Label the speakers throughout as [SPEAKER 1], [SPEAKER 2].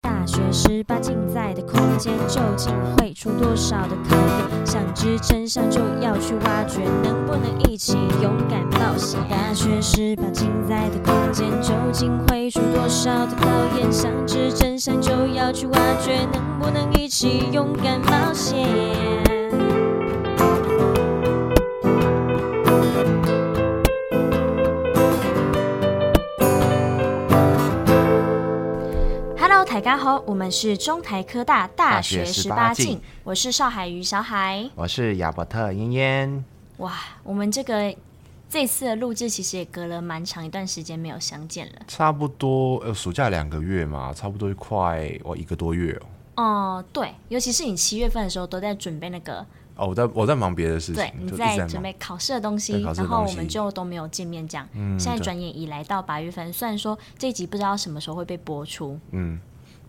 [SPEAKER 1] 大学十八禁在的空间，究竟会出多少的考验？想知真相就要去挖掘，能不能一起勇敢冒险？大学十八禁在的空间，究竟会出多少的考验？想知真相就要去挖掘，能不能一起勇敢冒险？Hello，大家好，我们是中台科大大学
[SPEAKER 2] 大学
[SPEAKER 1] 十八
[SPEAKER 2] 18
[SPEAKER 1] 禁
[SPEAKER 2] 禁，
[SPEAKER 1] 我是邵海瑜小海。
[SPEAKER 2] 我是亚伯特嫣嫣，
[SPEAKER 1] 哇，我们这个这次的录制其实也隔了蛮长一段时间没有相见了。
[SPEAKER 2] 差不多呃，暑假两个月嘛，差不多快我一个多月哦。
[SPEAKER 1] 哦、对，尤其是你七月份的时候都在准备那个，
[SPEAKER 2] 哦，我在我在忙别的事情
[SPEAKER 1] 对，，你
[SPEAKER 2] 就一直
[SPEAKER 1] 在
[SPEAKER 2] 在
[SPEAKER 1] 准
[SPEAKER 2] 忙。
[SPEAKER 1] 备考试的东西，
[SPEAKER 2] 对考试
[SPEAKER 1] 然
[SPEAKER 2] 的
[SPEAKER 1] 后
[SPEAKER 2] 东
[SPEAKER 1] 我
[SPEAKER 2] 西嗯
[SPEAKER 1] 们就都没有见面这样。现在
[SPEAKER 2] 对
[SPEAKER 1] 转眼已来到八月份，虽然说这一集不知道什么时候会被播出，
[SPEAKER 2] 嗯，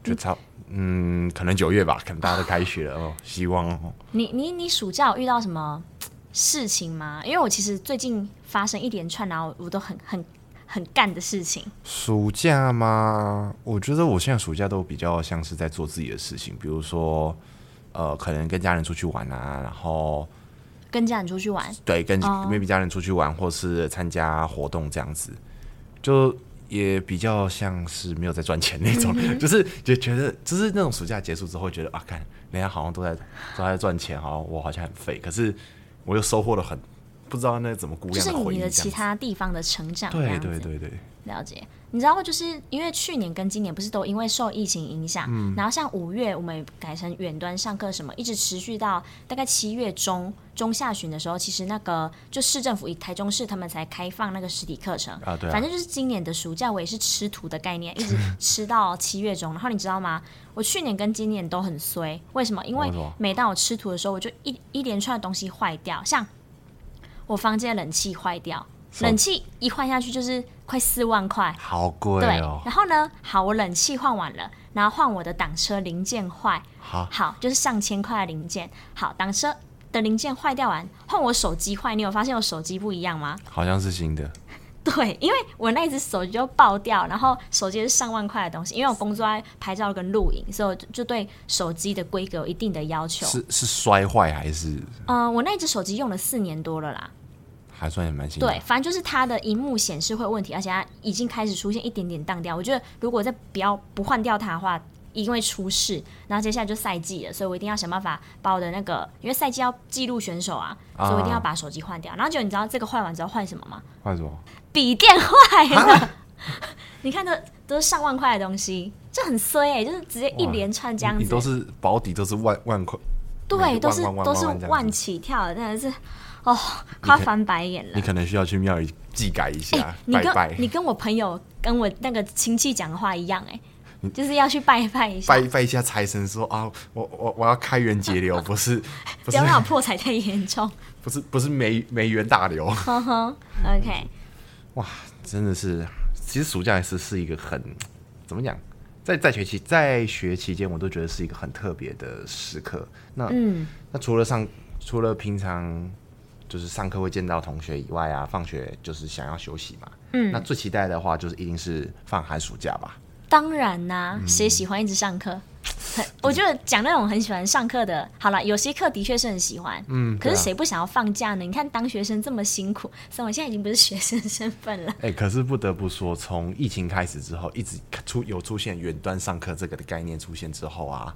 [SPEAKER 2] 就差嗯，可能九月吧，可能大家都开学了 哦，希望哦。
[SPEAKER 1] 你你你暑假有遇到什么嘖事情吗？因为我其实最近发生一连串，然后我都很很很干的事情。
[SPEAKER 2] 暑假嘛，我觉得我现在暑假都比较像是在做自己的事情，比如说呃，可能跟家人出去玩啊，然后
[SPEAKER 1] 跟家人出去玩，
[SPEAKER 2] 对，跟
[SPEAKER 1] 哦
[SPEAKER 2] maybe 家人出去玩，或是参加活动这样子，就也比较像是没有在赚钱那种，
[SPEAKER 1] 嗯
[SPEAKER 2] 就是就觉得就是那种暑假结束之后，觉得啊，看人家好像都在都在赚钱，好像我好像很废，可是我又收获了很不知道那怎么估
[SPEAKER 1] 就
[SPEAKER 2] 量
[SPEAKER 1] 是
[SPEAKER 2] 的回
[SPEAKER 1] 你
[SPEAKER 2] 忆这
[SPEAKER 1] 的
[SPEAKER 2] 样
[SPEAKER 1] 其
[SPEAKER 2] 子。
[SPEAKER 1] 他地方的成长，这
[SPEAKER 2] 对
[SPEAKER 1] 样子
[SPEAKER 2] 对对对，
[SPEAKER 1] 了解，你知道，就是因为去年跟今年不是都因为受疫情影响，
[SPEAKER 2] 嗯
[SPEAKER 1] 然后像五月我们也改成远端上课什么，一直持续到大概七月中中下旬的时候，其实那个就市政府以台中市他们才开放那个实体课程
[SPEAKER 2] 啊对啊
[SPEAKER 1] 反正就是今年的暑假我也是吃土的概念，一直吃到七月中。然后你知道吗？我去年跟今年都很衰，为什么？因为
[SPEAKER 2] 为什么
[SPEAKER 1] 每当我吃土的时候，我就一一连串的东西坏掉，像我房间的冷气坏掉，
[SPEAKER 2] 手
[SPEAKER 1] 冷气一换下去就是快四万块。
[SPEAKER 2] 好贵
[SPEAKER 1] 对，
[SPEAKER 2] 哦、
[SPEAKER 1] 然后呢，好，我冷气换完了，然后换我的挡车零件坏，
[SPEAKER 2] 好，
[SPEAKER 1] 好，就是上千块的零件。好，挡车的零件坏掉完，换我手机坏，你有发现我手机不一样吗？
[SPEAKER 2] 好像是新的，
[SPEAKER 1] 对，因为我那一只手机就爆掉，然后手机是上万块的东西，因为我工作在拍照跟录影，所以我就就对手机的规格有一定的要求。
[SPEAKER 2] 是是摔坏还是
[SPEAKER 1] 嗯、我那一只手机用了四年多了啦，
[SPEAKER 2] 还算也蛮新的？
[SPEAKER 1] 对，，反正就是它的荧幕显示会有问题，而且它已经开始出现一点点荡掉。我觉得如果再不要不换掉它的话，一定会出事。然后接下来就赛季了，所以我一定要想办法把我的那个，因为赛季要记录选手啊，所以我一定要把手机换掉。然后结果你知道这个坏完之后换什么吗？
[SPEAKER 2] 换什么？
[SPEAKER 1] 笔电坏了。 你看这都是上万块的东西，这很衰哎、就是直接一
[SPEAKER 2] 哇
[SPEAKER 1] 连串这样
[SPEAKER 2] 你
[SPEAKER 1] 子
[SPEAKER 2] 都，是保底都是万万块，
[SPEAKER 1] 对，都是
[SPEAKER 2] 万万
[SPEAKER 1] 都
[SPEAKER 2] 万
[SPEAKER 1] 是
[SPEAKER 2] 万这样
[SPEAKER 1] 万
[SPEAKER 2] 子
[SPEAKER 1] 起跳的，真的是哦，快要翻白眼了
[SPEAKER 2] 你。可能需要去庙里祭改一
[SPEAKER 1] 哎、
[SPEAKER 2] 下，
[SPEAKER 1] 你
[SPEAKER 2] 拜
[SPEAKER 1] 跟
[SPEAKER 2] 拜。
[SPEAKER 1] 你跟我朋友跟我那个亲戚讲的话一样、哎，就是要去拜拜一下
[SPEAKER 2] 拜，拜一下财神说啊，我我我要开源节流，不是不
[SPEAKER 1] 不
[SPEAKER 2] 是
[SPEAKER 1] 要让我破财太严重。
[SPEAKER 2] 不是不是梅梅园大流，
[SPEAKER 1] 呵呵，OK，
[SPEAKER 2] 哇，真的是，其实暑假是是一个很怎么讲，在在学期在学期间，我都觉得是一个很特别的时刻。那
[SPEAKER 1] 嗯，
[SPEAKER 2] 那除了上除了平常就是上课会见到同学以外啊，放学就是想要休息嘛。嗯，那最期待的话就是一定是放寒暑假吧。
[SPEAKER 1] 当然啦、
[SPEAKER 2] 嗯
[SPEAKER 1] 谁喜欢一直上课？很我觉得讲那种很喜欢上课的， 好了，有些课的确是很喜欢，嗯，可是
[SPEAKER 2] 对啊
[SPEAKER 1] 谁不想要放假呢？你看当学生这么辛苦，虽然我现在已经不是学生身份了，
[SPEAKER 2] 哎、可是不得不说，从疫情开始之后，一直出有出现远端上课这个的概念出现之后啊，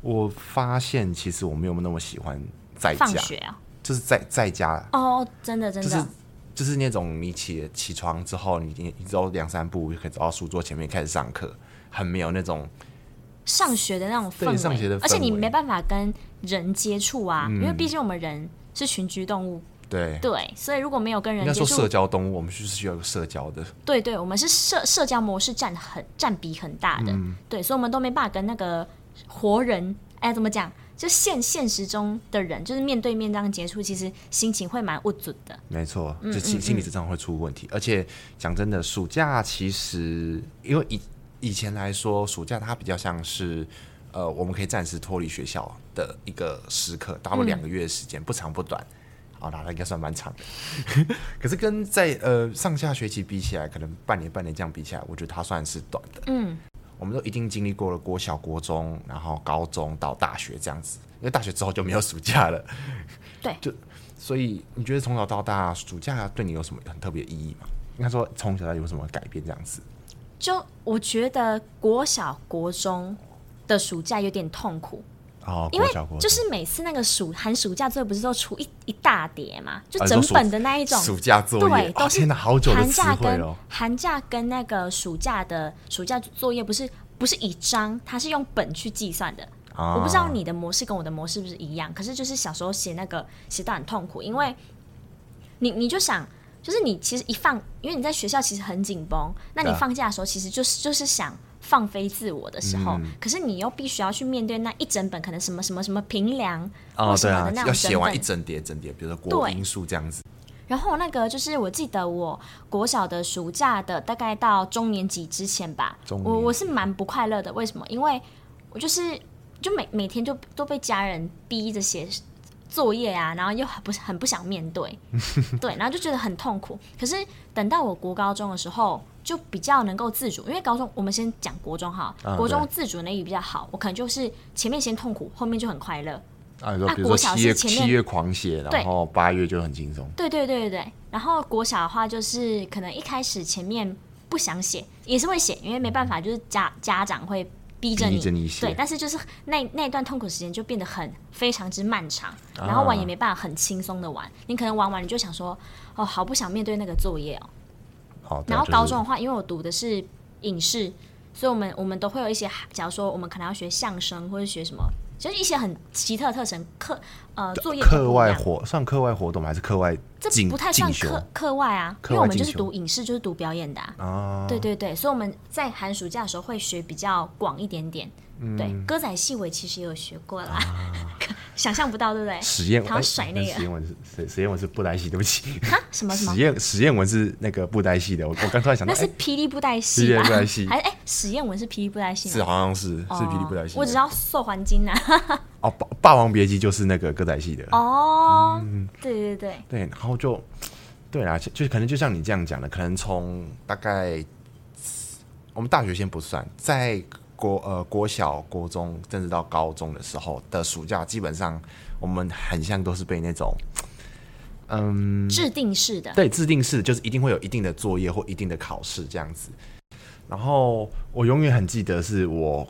[SPEAKER 2] 我发现其实我没有那么喜欢在
[SPEAKER 1] 放
[SPEAKER 2] 家，
[SPEAKER 1] 学啊，
[SPEAKER 2] 就是在在家，
[SPEAKER 1] 哦，真的真
[SPEAKER 2] 就
[SPEAKER 1] 的，
[SPEAKER 2] 是就是那种你起起床之后，你你你走两三步就可以走到书桌前面开始上课，很没有那种
[SPEAKER 1] 上学的那种氛
[SPEAKER 2] 对上学
[SPEAKER 1] 围
[SPEAKER 2] 的，氛
[SPEAKER 1] 而且你
[SPEAKER 2] 围嗯
[SPEAKER 1] 没办法跟人接触啊，因为毕竟我们人是群居动物，
[SPEAKER 2] 对，
[SPEAKER 1] 对，所以如果没有跟
[SPEAKER 2] 应
[SPEAKER 1] 人
[SPEAKER 2] 该
[SPEAKER 1] 接
[SPEAKER 2] 说社
[SPEAKER 1] 触，
[SPEAKER 2] 交动物，我们是需要有个社交的，
[SPEAKER 1] 对对，我们是社社交模式占很占比很大的，
[SPEAKER 2] 嗯
[SPEAKER 1] 对，所以我们都没办法跟那个活人，哎，怎么讲？就现现实中的人，就是面对面这样接触，其实心情会蛮不准的。
[SPEAKER 2] 没错，就心心理智障会出问题。而且讲真的，暑假其实因为以以前来说，暑假它比较像是呃，我们可以暂时脱离学校的一个时刻，大概两个月的时间，不长不短。好啦，那应该算蛮长的。 可是跟在呃上下学期比起来，可能半年半年这样比起来，我觉得它算是短的。
[SPEAKER 1] 嗯，
[SPEAKER 2] 我们都一定经历过了国小、国中，然后高中到大学这样子，因为大学之后就没有暑假了。
[SPEAKER 1] 对
[SPEAKER 2] 就所以你觉得从小到大，暑假对你有什么很特别的意义吗？应该说从小到大有什么改变这样子？
[SPEAKER 1] 就我觉得国小、国中的暑假有点痛苦，
[SPEAKER 2] 哦，
[SPEAKER 1] 因为
[SPEAKER 2] 国小、国中
[SPEAKER 1] 就是每次那个暑寒暑假作业不是都出一一大叠嘛，就
[SPEAKER 2] 啊你说
[SPEAKER 1] 整
[SPEAKER 2] 暑
[SPEAKER 1] 本的那一种，
[SPEAKER 2] 暑假作业，
[SPEAKER 1] 对，
[SPEAKER 2] 哦
[SPEAKER 1] 都是
[SPEAKER 2] 天哪，好久的
[SPEAKER 1] 寒
[SPEAKER 2] 词
[SPEAKER 1] 假
[SPEAKER 2] 汇
[SPEAKER 1] 跟
[SPEAKER 2] 哦。
[SPEAKER 1] 寒假跟那个暑假的暑假作业不是不是一张，它是用本去计算的。
[SPEAKER 2] 啊
[SPEAKER 1] 我不知道你的模式跟我的模式是不是一样，可是就是小时候写那个写到很痛苦，因为你你就想，就是你其实一放，因为你在学校其实很紧绷，那你
[SPEAKER 2] 对啊
[SPEAKER 1] 放假的时候其实就是就是想。放飞自我的时候，
[SPEAKER 2] 嗯
[SPEAKER 1] 可是你又必须要去面对那一整本可能什么什么什么评量
[SPEAKER 2] 哦
[SPEAKER 1] 或，什
[SPEAKER 2] 对
[SPEAKER 1] 么的那，
[SPEAKER 2] 啊
[SPEAKER 1] 种
[SPEAKER 2] 要
[SPEAKER 1] 整
[SPEAKER 2] 写完
[SPEAKER 1] 本
[SPEAKER 2] 一整叠整叠，比如说国
[SPEAKER 1] 对
[SPEAKER 2] 英数这样子。
[SPEAKER 1] 然后那个就是，我记得我国小的暑假的大概到中年级之前吧，
[SPEAKER 2] 中年级
[SPEAKER 1] 我我是蛮不快乐的。为什么？因为我就是就每每天就都被家人逼着写作业啊，然后又很不很不想面 对，对，然后就觉得很痛苦。可是等到我国高中的时候，就比较能够自主，因为高中我们先讲国中哈，
[SPEAKER 2] 啊
[SPEAKER 1] 国中
[SPEAKER 2] 对
[SPEAKER 1] 自主能力比较好，我可能就是前面先痛苦，后面就很快乐。
[SPEAKER 2] 啊，你说
[SPEAKER 1] 啊
[SPEAKER 2] 比如
[SPEAKER 1] 国
[SPEAKER 2] 说
[SPEAKER 1] 小
[SPEAKER 2] 七月
[SPEAKER 1] 是前面
[SPEAKER 2] 七月狂写，然
[SPEAKER 1] 对
[SPEAKER 2] 后八月就很轻松。
[SPEAKER 1] 对对对对对。然后国小的话，就是可能一开始前面不想写，也是会写，因为没办法，就是家家长会逼着你，
[SPEAKER 2] 逼着你写
[SPEAKER 1] 对。但是就是那那一段痛苦时间就变得很非常之漫长，
[SPEAKER 2] 啊
[SPEAKER 1] 然后玩也没办法很轻松的玩。你可能玩完你就想说，哦，好不想面对那个作业哦。
[SPEAKER 2] 好，对
[SPEAKER 1] 然
[SPEAKER 2] 啊
[SPEAKER 1] 后
[SPEAKER 2] 就是
[SPEAKER 1] 高中的话，因为我读的是影视，所以我们我们都会有一些，假如说我们可能要学相声或者学什么。就是一些很奇特的特征，课呃作业都不
[SPEAKER 2] 课
[SPEAKER 1] 一
[SPEAKER 2] 外
[SPEAKER 1] 样
[SPEAKER 2] 活算课外活动吗还是课外
[SPEAKER 1] 这
[SPEAKER 2] 进
[SPEAKER 1] 不太
[SPEAKER 2] 进
[SPEAKER 1] 算
[SPEAKER 2] 修
[SPEAKER 1] 课课外啊，
[SPEAKER 2] 课
[SPEAKER 1] 因为
[SPEAKER 2] 外
[SPEAKER 1] 我们就
[SPEAKER 2] 进
[SPEAKER 1] 是
[SPEAKER 2] 修
[SPEAKER 1] 读影视，就是读表演的、啊。
[SPEAKER 2] 啊？
[SPEAKER 1] 对对对，所以我们在寒暑假的时候会学比较广一点点。
[SPEAKER 2] 嗯
[SPEAKER 1] 对，歌仔戏我也其实也有学过啦， 想象不到对不对？
[SPEAKER 2] 啊实验哎
[SPEAKER 1] 好像甩那
[SPEAKER 2] 实
[SPEAKER 1] 个
[SPEAKER 2] 验文是实实验文是布袋戏，对不起，
[SPEAKER 1] 哈 什么什么
[SPEAKER 2] 实，验实验文是那个布袋戏的。我我刚突然想到，
[SPEAKER 1] 那是
[SPEAKER 2] 哎
[SPEAKER 1] 霹雳布袋戏
[SPEAKER 2] 霹雳
[SPEAKER 1] 吧？
[SPEAKER 2] 布袋戏
[SPEAKER 1] 还是哎实验文是霹雳布袋戏吗？
[SPEAKER 2] 是好像是是霹雳布袋戏
[SPEAKER 1] 哦
[SPEAKER 2] 的。
[SPEAKER 1] 我只知道瘦环金啊 呐、
[SPEAKER 2] 哦，霸霸王别姬就是那个歌仔戏的。
[SPEAKER 1] 哦，
[SPEAKER 2] 嗯
[SPEAKER 1] 对对对，
[SPEAKER 2] 对，然后就对啦，就可能就像你这样讲的，可能从大概我们大学先不算，在国呃国小、国中，甚至到高中的时候的暑假，基本上我们很像都是被那
[SPEAKER 1] 哦
[SPEAKER 2] 种
[SPEAKER 1] 制定式的。
[SPEAKER 2] 嗯对，制定式就是一定会有一定的作业或一定的考试这样子。然后我永远很记得是我，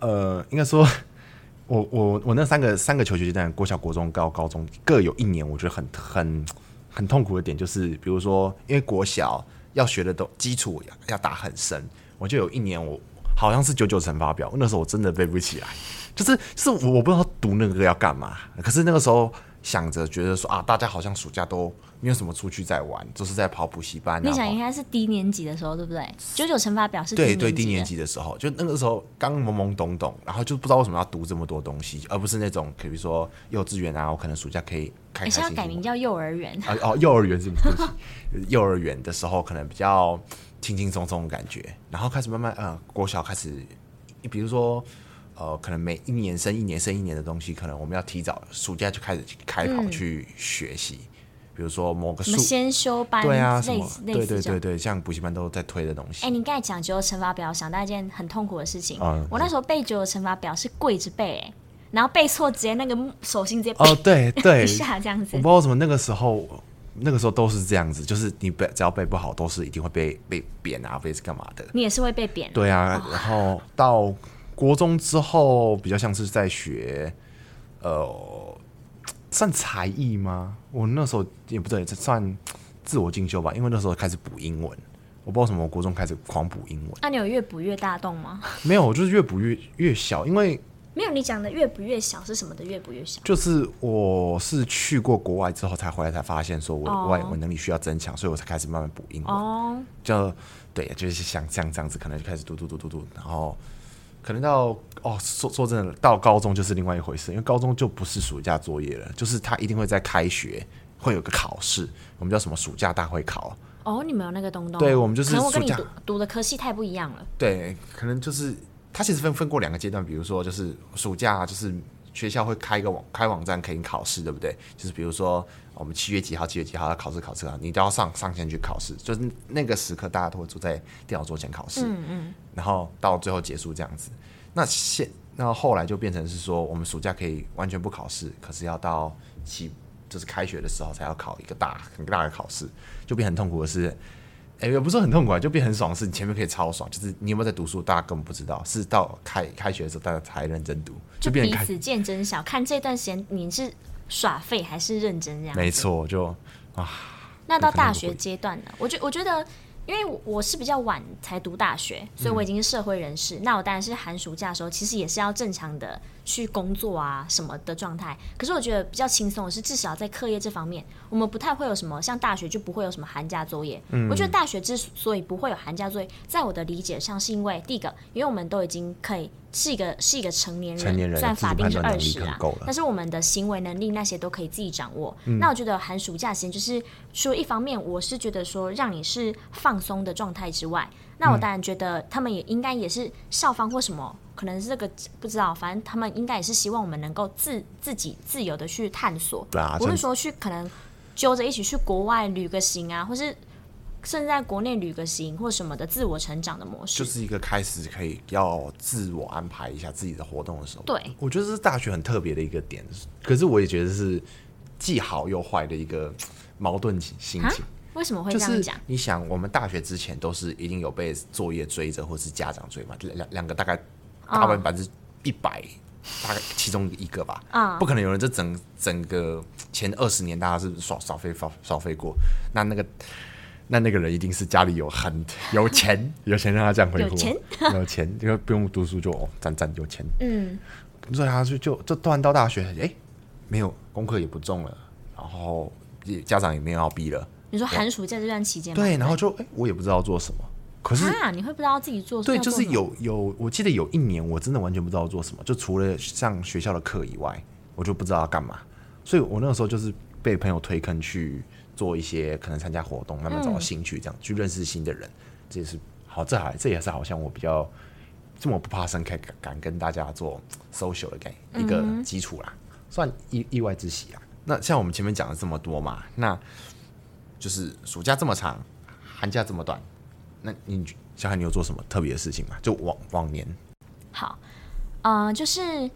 [SPEAKER 2] 呃，应该说， 我我我那三个三个求学阶段，国小、国中、高高中各有一年，我觉得很很很痛苦的点就是，比如说，因为国小要学的都基础要要打很深，我就有一年我好像是九九乘法表，那时候我真的背不起来，就是是我我不知道读那个要干嘛，可是那个时候想着觉得说啊，大家好像暑假都没有什么出去在玩，都是在跑补习班、啊，
[SPEAKER 1] 你想
[SPEAKER 2] 跑
[SPEAKER 1] 应该是低年级的时候，对不对？九九乘法表是
[SPEAKER 2] 对对，低
[SPEAKER 1] 级
[SPEAKER 2] 年
[SPEAKER 1] 的
[SPEAKER 2] 级的时候，就那个时候刚懵懵懂懂，然后就不知道为什么要读这么多东西，而不是那种比如说幼稚园啊，我可能暑假可以
[SPEAKER 1] 而
[SPEAKER 2] 开开
[SPEAKER 1] 且
[SPEAKER 2] 心
[SPEAKER 1] 要
[SPEAKER 2] 心
[SPEAKER 1] 哎改名叫幼儿园。
[SPEAKER 2] 啊哦，幼儿园是不是 对不起？幼儿园的时候可能比较轻轻松松的感觉，然后开始慢慢呃，国小开始，比如说呃，可能每一年升一年升一年的东西，可能我们要提早暑假就开始开跑去学习，比如说某个
[SPEAKER 1] 嗯什么
[SPEAKER 2] 数，
[SPEAKER 1] 先修班，
[SPEAKER 2] 对啊，什
[SPEAKER 1] 类
[SPEAKER 2] 么
[SPEAKER 1] 似类
[SPEAKER 2] 对
[SPEAKER 1] 似
[SPEAKER 2] 对
[SPEAKER 1] 这种
[SPEAKER 2] 对。对，像补习班都在推的东西。
[SPEAKER 1] 哎、你刚才讲九九乘法表，想到一件很痛苦的事情。
[SPEAKER 2] 嗯
[SPEAKER 1] 我那时候背九九乘法表是跪着背、哎，然后背错，直接那个手心直接
[SPEAKER 2] 哦，对 对，
[SPEAKER 1] 一下这样
[SPEAKER 2] 我
[SPEAKER 1] 子
[SPEAKER 2] 不知。道为什么那个时候，那个时候都是这样子，就是你背只要背不好，都是一定会被被贬啊，被干嘛的。
[SPEAKER 1] 你也是会被扁，
[SPEAKER 2] 对啊，然后到国中之后，比较像是在学，呃，算才艺吗？我那时候也不对，算自我进修吧，因为那时候开始补英文。我不知道为什么，我国中开始狂补英文，
[SPEAKER 1] 那、你有越补越大洞吗？
[SPEAKER 2] 没有，我就是越补越越小，因为
[SPEAKER 1] 没有，你讲的越补越小是什么的越补越小？
[SPEAKER 2] 就是我是去过国外之后才回来，才发现说我的
[SPEAKER 1] 哦
[SPEAKER 2] 外文能力需要增强，所以我才开始慢慢补英文。
[SPEAKER 1] 哦，
[SPEAKER 2] 就对，就是像像这样子，可能就开始读读读读读，然后可能到哦，说说真的，到高中就是另外一回事，因为高中就不是暑假作业了，就是他一定会在开学会有个考试，我们叫什么暑假大会考，
[SPEAKER 1] 哦，你们有那个东东。
[SPEAKER 2] 对我们就是
[SPEAKER 1] 可能我跟
[SPEAKER 2] 暑
[SPEAKER 1] 你
[SPEAKER 2] 假
[SPEAKER 1] 读读的科系太不一样了。
[SPEAKER 2] 对，可能就是它其实分分过两个阶段，比如说就是暑假就是学校会开一个网开网站可以考试，对不对？就是比如说我们七月几号、七月几号要考试，考试啊，你都要上上线去考试。就是那个时刻，大家都会坐在电脑桌前考试，
[SPEAKER 1] 嗯嗯，
[SPEAKER 2] 然后到最后结束这样子。那现那后来就变成是说，我们暑假可以完全不考试，可是要到期就是开学的时候才要考一个大很大的考试，就变很痛苦的是。哎、也不是很痛苦啊，就变很爽的是，你前面可以超爽，就是你有没有在读书，大家根本不知道，是到开开学的时候大家才认真读，
[SPEAKER 1] 就
[SPEAKER 2] 变成
[SPEAKER 1] 彼
[SPEAKER 2] 开
[SPEAKER 1] 此见真小，看这段时间你是耍废还是认真这样。
[SPEAKER 2] 没错，就
[SPEAKER 1] 那到大学阶段呢？我觉我觉得，因为我是比较晚才读大学，
[SPEAKER 2] 嗯
[SPEAKER 1] 所以我已经是社会人士。那我当然是寒暑假的时候，其实也是要正常的去工作啊什么的状态。可是我觉得比较轻松的是，至少在课业这方面，我们不太会有什么像大学就不会有什么寒假作业。
[SPEAKER 2] 嗯
[SPEAKER 1] 我觉得大学之所以不会有寒假作业，在我的理解上是因为第一个，因为我们都已经可以是一个是一个成年人，
[SPEAKER 2] 成年人
[SPEAKER 1] 虽然
[SPEAKER 2] 自主
[SPEAKER 1] 法定
[SPEAKER 2] 判
[SPEAKER 1] 是
[SPEAKER 2] 断能
[SPEAKER 1] 二
[SPEAKER 2] 力
[SPEAKER 1] 十
[SPEAKER 2] 很
[SPEAKER 1] 啊
[SPEAKER 2] 够了，嗯
[SPEAKER 1] 但是我们的行为能力那些都可以自己掌握。那我觉得寒暑假时间就是，除了一方面我是觉得说让你是放松的状态之外，那我
[SPEAKER 2] 嗯
[SPEAKER 1] 当然觉得他们也应该也是校方或什么，可能是这个不知道，反正他们应该也是希望我们能够自自己自由的去探索，
[SPEAKER 2] 对啊
[SPEAKER 1] 不
[SPEAKER 2] 真
[SPEAKER 1] 是说去可能揪着一起去国外旅个行啊，或是。甚至在国内旅个行或什么的自我成长的模式，
[SPEAKER 2] 就是一个开始可以要自我安排一下自己的活动的时候。
[SPEAKER 1] 对，
[SPEAKER 2] 我觉得这是大学很特别的一个点，可是我也觉得是既好又坏的一个矛盾心心
[SPEAKER 1] 啊
[SPEAKER 2] 情。
[SPEAKER 1] 为什么会
[SPEAKER 2] 就
[SPEAKER 1] 这样
[SPEAKER 2] 是
[SPEAKER 1] 讲？
[SPEAKER 2] 你想，我们大学之前都是一定有被作业追着，或是家长追嘛，两两两个大概大半百分之 一百，大概其中一个吧。
[SPEAKER 1] 嗯
[SPEAKER 2] 不可能有人这整整个前二十年大家是少少费少少费过，那那个。那那个人一定是家里有很有钱， 有钱让他这样挥霍，
[SPEAKER 1] 有钱
[SPEAKER 2] 有钱，因为不用读书就哦，赞赞有钱。
[SPEAKER 1] 嗯，
[SPEAKER 2] 所以他就就就突然到大学，哎、没有功课也不重了，然后也家长也没有要逼了，
[SPEAKER 1] 你说寒暑假这段期间吗，
[SPEAKER 2] 对，然后就哎、诶我也不知道做什么。可是
[SPEAKER 1] 啊，你会不知道自己做
[SPEAKER 2] 对，
[SPEAKER 1] 要
[SPEAKER 2] 就
[SPEAKER 1] 做
[SPEAKER 2] 是
[SPEAKER 1] 什么
[SPEAKER 2] 有有，我记得有一年我真的完全不知道做什么，就除了上学校的课以外，我就不知道要干嘛。所以我那个时候就是被朋友推坑去做一些可能参加活动，慢慢找到兴趣，这样、去认识新的人，这也是好，这还这也是好像我比较这么不怕生，敢敢跟大家做 social 的概一个基础啦，算意意外之喜啊。那像我们前面讲了这么多嘛，那就是暑假这么长，寒假这么短，那你小海，你有做什么特别的事情吗？就往往年，
[SPEAKER 1] 好，呃，就是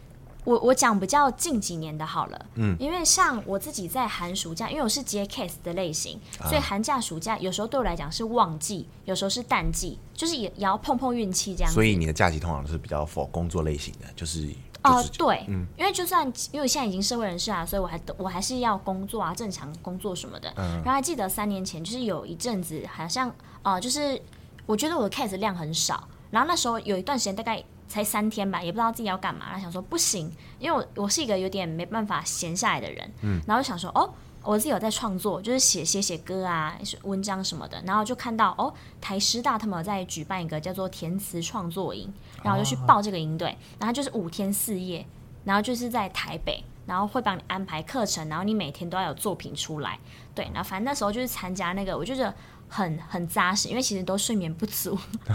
[SPEAKER 1] 我我讲比较近几年的好了，嗯，因为像我自己在寒暑假，因为我是接 case 的类型，所以寒假暑假有时候对我来讲是旺季，有时候是淡季，就是也也要碰碰运气这样子。
[SPEAKER 2] 所以你的假期通常是比较否工作类型的，就是
[SPEAKER 1] 哦、
[SPEAKER 2] 就是
[SPEAKER 1] 对，因为就算因为我现在已经社会人士啊，所以我还我还是要工作啊，正常工作什么的。然后还记得三年前，就是有一阵子好像呃，就是我觉得我的 case 量很少，然后那时候有一段时间大概才三天吧，也不知道自己要干嘛，然后想说不行，因为我我是一个有点没办法闲下来的人，然后就想说哦。我自己有在创作，就是写写写歌啊、文章什么的，然后就看到哦，台师大他们有在举办一个叫做填词创作营，然后我就
[SPEAKER 2] 啊
[SPEAKER 1] 去报这个营队，然后就是五天四夜，然后就是在台北，然后会帮你安排课程，然后你每天都要有作品出来，对，然后反正那时候就是参加那个，我就觉得很很扎实，因为其实都睡眠不 足，
[SPEAKER 2] 哎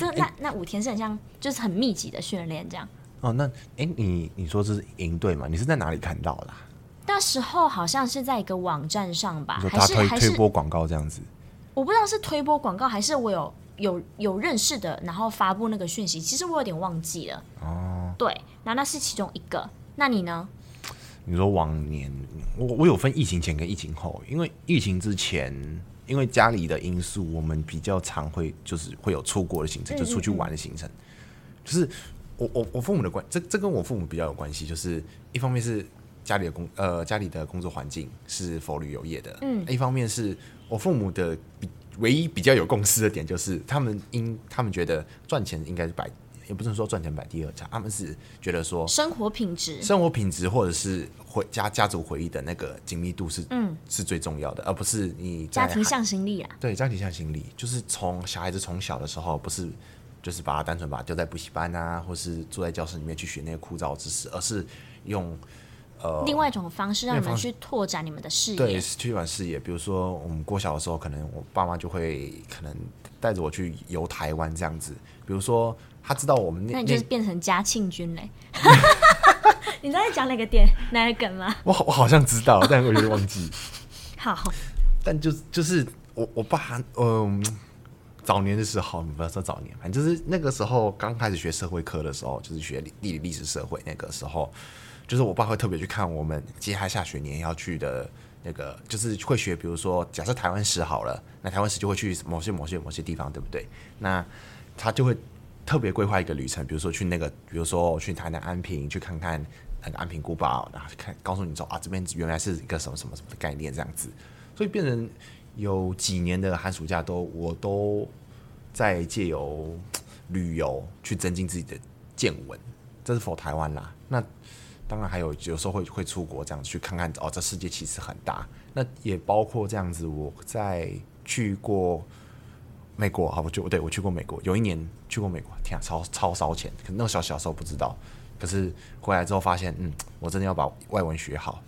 [SPEAKER 1] 就那那五天是很像就是很密集的训练这样。
[SPEAKER 2] 哦，那哎、诶你你说这是营队嘛？你是在哪里看到的啊、
[SPEAKER 1] 那时候好像是在一个网站上吧，
[SPEAKER 2] 你说
[SPEAKER 1] 还
[SPEAKER 2] 他
[SPEAKER 1] 是
[SPEAKER 2] 推
[SPEAKER 1] 还
[SPEAKER 2] 推
[SPEAKER 1] 是
[SPEAKER 2] 播广告这样子，
[SPEAKER 1] 我不知道是推播广告还是我有有有认识的，然后发布那个讯息，其实我有点忘记了。哦，对，然后那是其中一个。那你呢？
[SPEAKER 2] 你说往年，我我有分疫情前跟疫情后，因为疫情之前，因为家里的因素，我们比较常会就是会有出国的行程，就出去玩的行程。就是我我我父母的关，这这跟我父母比较有关系，就是一方面是家里的工呃家里的工作环境是否旅游业的，嗯，一方面是我父母的比唯一比较有共识的点就是他们应他们觉得赚钱应该是摆，也不是说赚钱摆第二家，他们是觉得说
[SPEAKER 1] 生活品质
[SPEAKER 2] 生活品质或者是回家家族回忆的那个紧密度是嗯是最重要的，而不是你
[SPEAKER 1] 家
[SPEAKER 2] 在
[SPEAKER 1] 庭向心力啊，
[SPEAKER 2] 对家庭向心力，就是从小孩子从小的时候不是就是把他单纯把他丢在补习班啊，或是坐在教室里面去学那些枯燥知识，而是用
[SPEAKER 1] 哦另外一种方式让
[SPEAKER 2] 那
[SPEAKER 1] 你们
[SPEAKER 2] 方式
[SPEAKER 1] 去拓展你们的视
[SPEAKER 2] 对
[SPEAKER 1] 野。
[SPEAKER 2] 去玩视野，比如说我们过小的时候，可能我爸妈就会可能带着我去游台湾这样子，比如说他知道我们那
[SPEAKER 1] 那你就是变成嘉庆君嘞，你知道在讲哪个点哪个梗吗？
[SPEAKER 2] 我好我好像知道，但我有点忘记。
[SPEAKER 1] 好，
[SPEAKER 2] 但就就是我我爸，嗯，早年的时候，不要说早年，反正就是那个时候刚开始学社会科的时候，就是学地地理、历史、社会那个时候，就是我爸会特别去看我们接下来下学年要去的那个，就是会学，比如说假设台湾史好了，那台湾史就会去某些某些某些地方，对不对？那他就会特别规划一个旅程，比如说去那个，比如说去台南安平去看看那个安平古堡，然后去看告诉你说啊，这边原来是一个什么什么什么的概念这样子，所以变成有几年的寒暑假都我都在借由旅游去增进自己的见闻，这是否台湾啦？那当然还有有时候会会出国这样去看看哦，这世界其实很大。那也包括这样子，我在去过美国，好，我就对我去过美国，有一年去过美国，天啊，超超烧钱。可那个小小时候不知道，可是回来之后发现，嗯，我真的要把外文学好，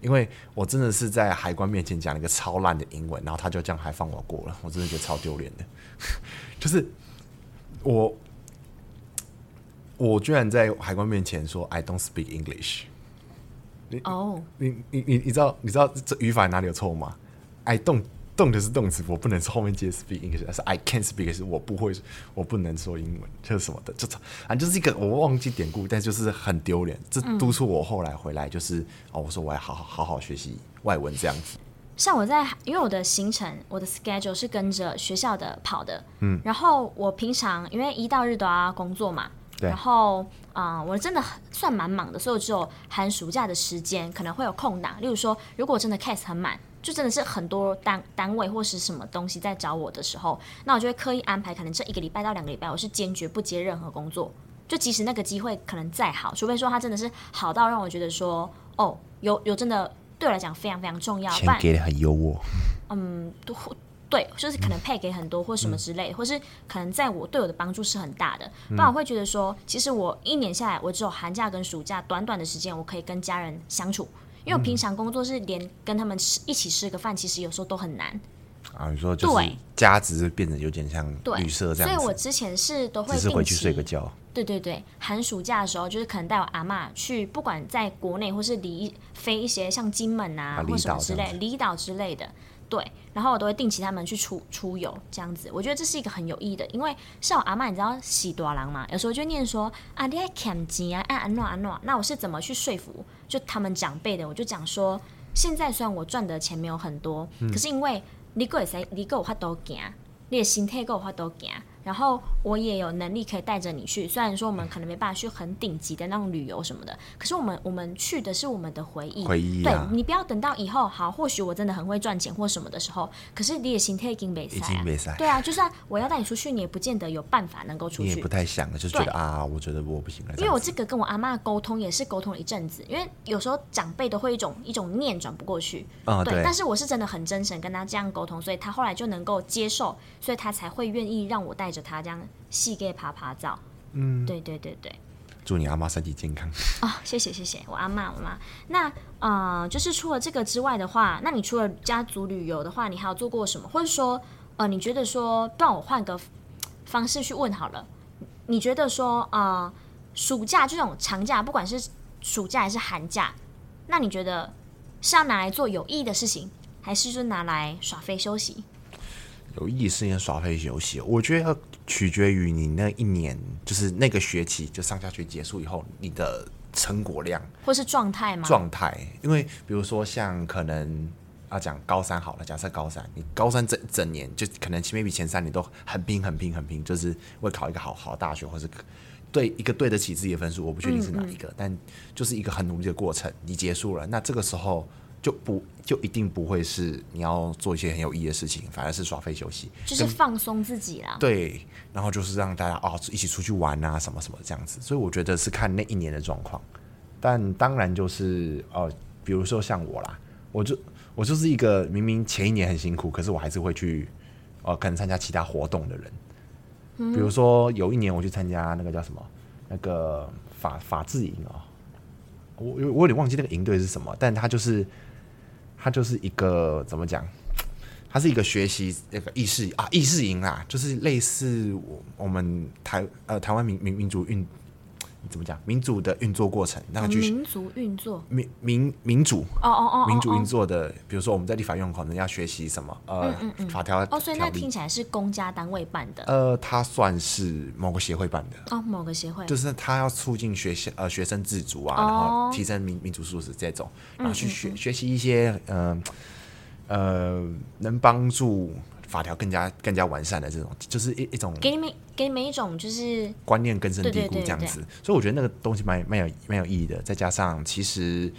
[SPEAKER 2] 因为我真的是在海关面前讲了一个超烂的英文，然后他就这样还放我过了，我真的觉得超丢脸的。 就是我，我居然在海关面前说 I don't speak English。
[SPEAKER 1] 哦，
[SPEAKER 2] 你你你你知道你知道这语法哪里有错吗？I don't 动的是动词，我不能后面接 speak English，但是 I can't speak 是我不会，我不能说英文，就是什么的，就啊就是一个我忘记典故，但就是很丢脸，这
[SPEAKER 1] 嗯
[SPEAKER 2] 督促我后来回来就是、哦，我说我要好好好好学习外文这样子。
[SPEAKER 1] 像我在，因为我的行程，我的 schedule 是跟着学校的跑的，嗯，然后我平常因为一到日都要工作嘛，
[SPEAKER 2] 对
[SPEAKER 1] 然后啊、呃我真的很算蛮忙的，所以我只有寒暑假的时间可能会有空档，例如说，如果真的 case 很满。就真的是很多单单位或是什么东西在找我的时候，那我就会刻意安排，可能这一个礼拜到两个礼拜，我是坚决不接任何工作，就即使那个机会可能再好，除非说它真的是好到让我觉得说，哦，有有真的对我来讲非常非常重要，不然
[SPEAKER 2] 的很优渥，
[SPEAKER 1] 都或对，就是可能
[SPEAKER 2] 嗯
[SPEAKER 1] 配给很多或什么之类，或是可能在我对我的帮助是很大的。
[SPEAKER 2] 嗯
[SPEAKER 1] 不然我会觉得说，其实我一年下来，我只有寒假跟暑假短短的时间，我可以跟家人相处。因为
[SPEAKER 2] 嗯
[SPEAKER 1] 我平常工作是连跟他们吃一起吃个饭，其实有时候都很难。
[SPEAKER 2] 啊，你说就是
[SPEAKER 1] 对
[SPEAKER 2] 价值变得有点像
[SPEAKER 1] 对，
[SPEAKER 2] 旅社这
[SPEAKER 1] 所以
[SPEAKER 2] 样
[SPEAKER 1] 我
[SPEAKER 2] 子，
[SPEAKER 1] 之前是都会
[SPEAKER 2] 只是回去
[SPEAKER 1] 定期
[SPEAKER 2] 睡个觉。
[SPEAKER 1] 对对对，寒暑假的时候，就是可能带我阿嬷去，不管在国内或是离飞一些像金门啊
[SPEAKER 2] 啊
[SPEAKER 1] 或什么之
[SPEAKER 2] 离岛这
[SPEAKER 1] 类
[SPEAKER 2] 样子
[SPEAKER 1] 离岛之类的，对，然后我都会定期他们去出出游这样子。我觉得这是一个很有意义的，因为像我阿嬷，你知道喜多郎嘛，有时候就会念说啊，你爱砍钱啊，啊安诺安诺，那我是怎么去说服就他们长辈的？我就讲说，现在虽然我赚的钱没有很多，
[SPEAKER 2] 嗯
[SPEAKER 1] 可是因为你够才你够有法度行，你的心态够有法度行，然后我也有能力可以带着你去。虽然说我们可能没办法去很顶级的那种旅游什么的，可是我们我们去的是我们的回忆，
[SPEAKER 2] 回忆
[SPEAKER 1] 对
[SPEAKER 2] 啊
[SPEAKER 1] 你不要等到以后好，或许我真的很会赚钱或什么的时候，可是你的心态已经没塞、
[SPEAKER 2] 已经没塞
[SPEAKER 1] 对啊，就算我要带你出去，你也不见得有办法能够出
[SPEAKER 2] 你也
[SPEAKER 1] 去
[SPEAKER 2] 不。太想了，就觉得
[SPEAKER 1] 对
[SPEAKER 2] 啊，我觉得我不行了。
[SPEAKER 1] 因为
[SPEAKER 2] 样
[SPEAKER 1] 我
[SPEAKER 2] 子
[SPEAKER 1] 这个跟我阿妈沟通也是沟通了一阵子，因为有时候长辈都会有一种一种念转不过去，
[SPEAKER 2] 啊对
[SPEAKER 1] 但是我是真的很真诚跟他这样沟通，所以他后来就能够接受，所以他才会愿意让我带着他这样细给爬爬照。嗯，对对对对。
[SPEAKER 2] 祝你阿妈身体健康。
[SPEAKER 1] 啊、谢谢谢谢，我阿妈我妈。那呃，就是除了这个之外的话，那你除了家族旅游的话，你还有做过什么？或者说，呃，你觉得说，呃不然我换个方式去问好了。你觉得说，呃，暑假这种长假，不管是暑假还是寒假，那你觉得是要拿来做有意义的事情，还是就拿来耍废休息？
[SPEAKER 2] 有意义是因为耍废游戏，我觉得要取决于你那一年，就是那个学期，就上下学结束以后，你的成果量、
[SPEAKER 1] 或是状态吗？
[SPEAKER 2] 状态。因为比如说像可能啊，讲高三好了，假设高三，你高三整整年就可能前面比前三年都很拼、很拼、很拼，就是为考一个好好的大学，或是对一个对得起自己的分数，我不确定是哪一个，但就是一个很努力的过程，你结束了，那这个时候。就不就一定不会是你要做一些很有意义的事情，反而是耍废休息，
[SPEAKER 1] 就是放松自己啦。
[SPEAKER 2] 对，然后就是让大家哦一起出去玩啊，什么什么这样子。所以我觉得是看那一年的状况，但当然就是呃，比如说像我啦，我就我就是一个明明前一年很辛苦，可是我还是会去呃可能参加其他活动的人。比如说有一年我去参加那个叫什么那个法法制营哦，我有我有点忘记那个营队是什么，但它就是它就是一个怎么讲？它是一个学习那个意识啊意识营啦，就是类似我我们台呃台湾民民民主运怎么讲民主的运作过程，让它去
[SPEAKER 1] 民族运作。
[SPEAKER 2] 民民民主
[SPEAKER 1] 哦哦嗯哦，哦
[SPEAKER 2] 民主运
[SPEAKER 1] 哦
[SPEAKER 2] 作的，比如说我们在立法院可能要学习什么呃法条
[SPEAKER 1] 哦，所以那
[SPEAKER 2] 条
[SPEAKER 1] 听
[SPEAKER 2] 例，
[SPEAKER 1] 起来是公家单位办的
[SPEAKER 2] 呃，它算是某个协会办的。
[SPEAKER 1] 哦，某个协会
[SPEAKER 2] 就是他要促进学校呃学生自主啊，
[SPEAKER 1] 哦嗯
[SPEAKER 2] 然后提升民民族素质这种，然后去学、学习一些嗯呃能帮助法条更加更加完善的这种，就是一一种
[SPEAKER 1] 给你们给你们一种就是
[SPEAKER 2] 观念根深
[SPEAKER 1] 对
[SPEAKER 2] 蒂
[SPEAKER 1] 对
[SPEAKER 2] 固
[SPEAKER 1] 对
[SPEAKER 2] 这样
[SPEAKER 1] 对
[SPEAKER 2] 子。所以我觉得那个东西蛮蛮有蛮有意义的。再加上其实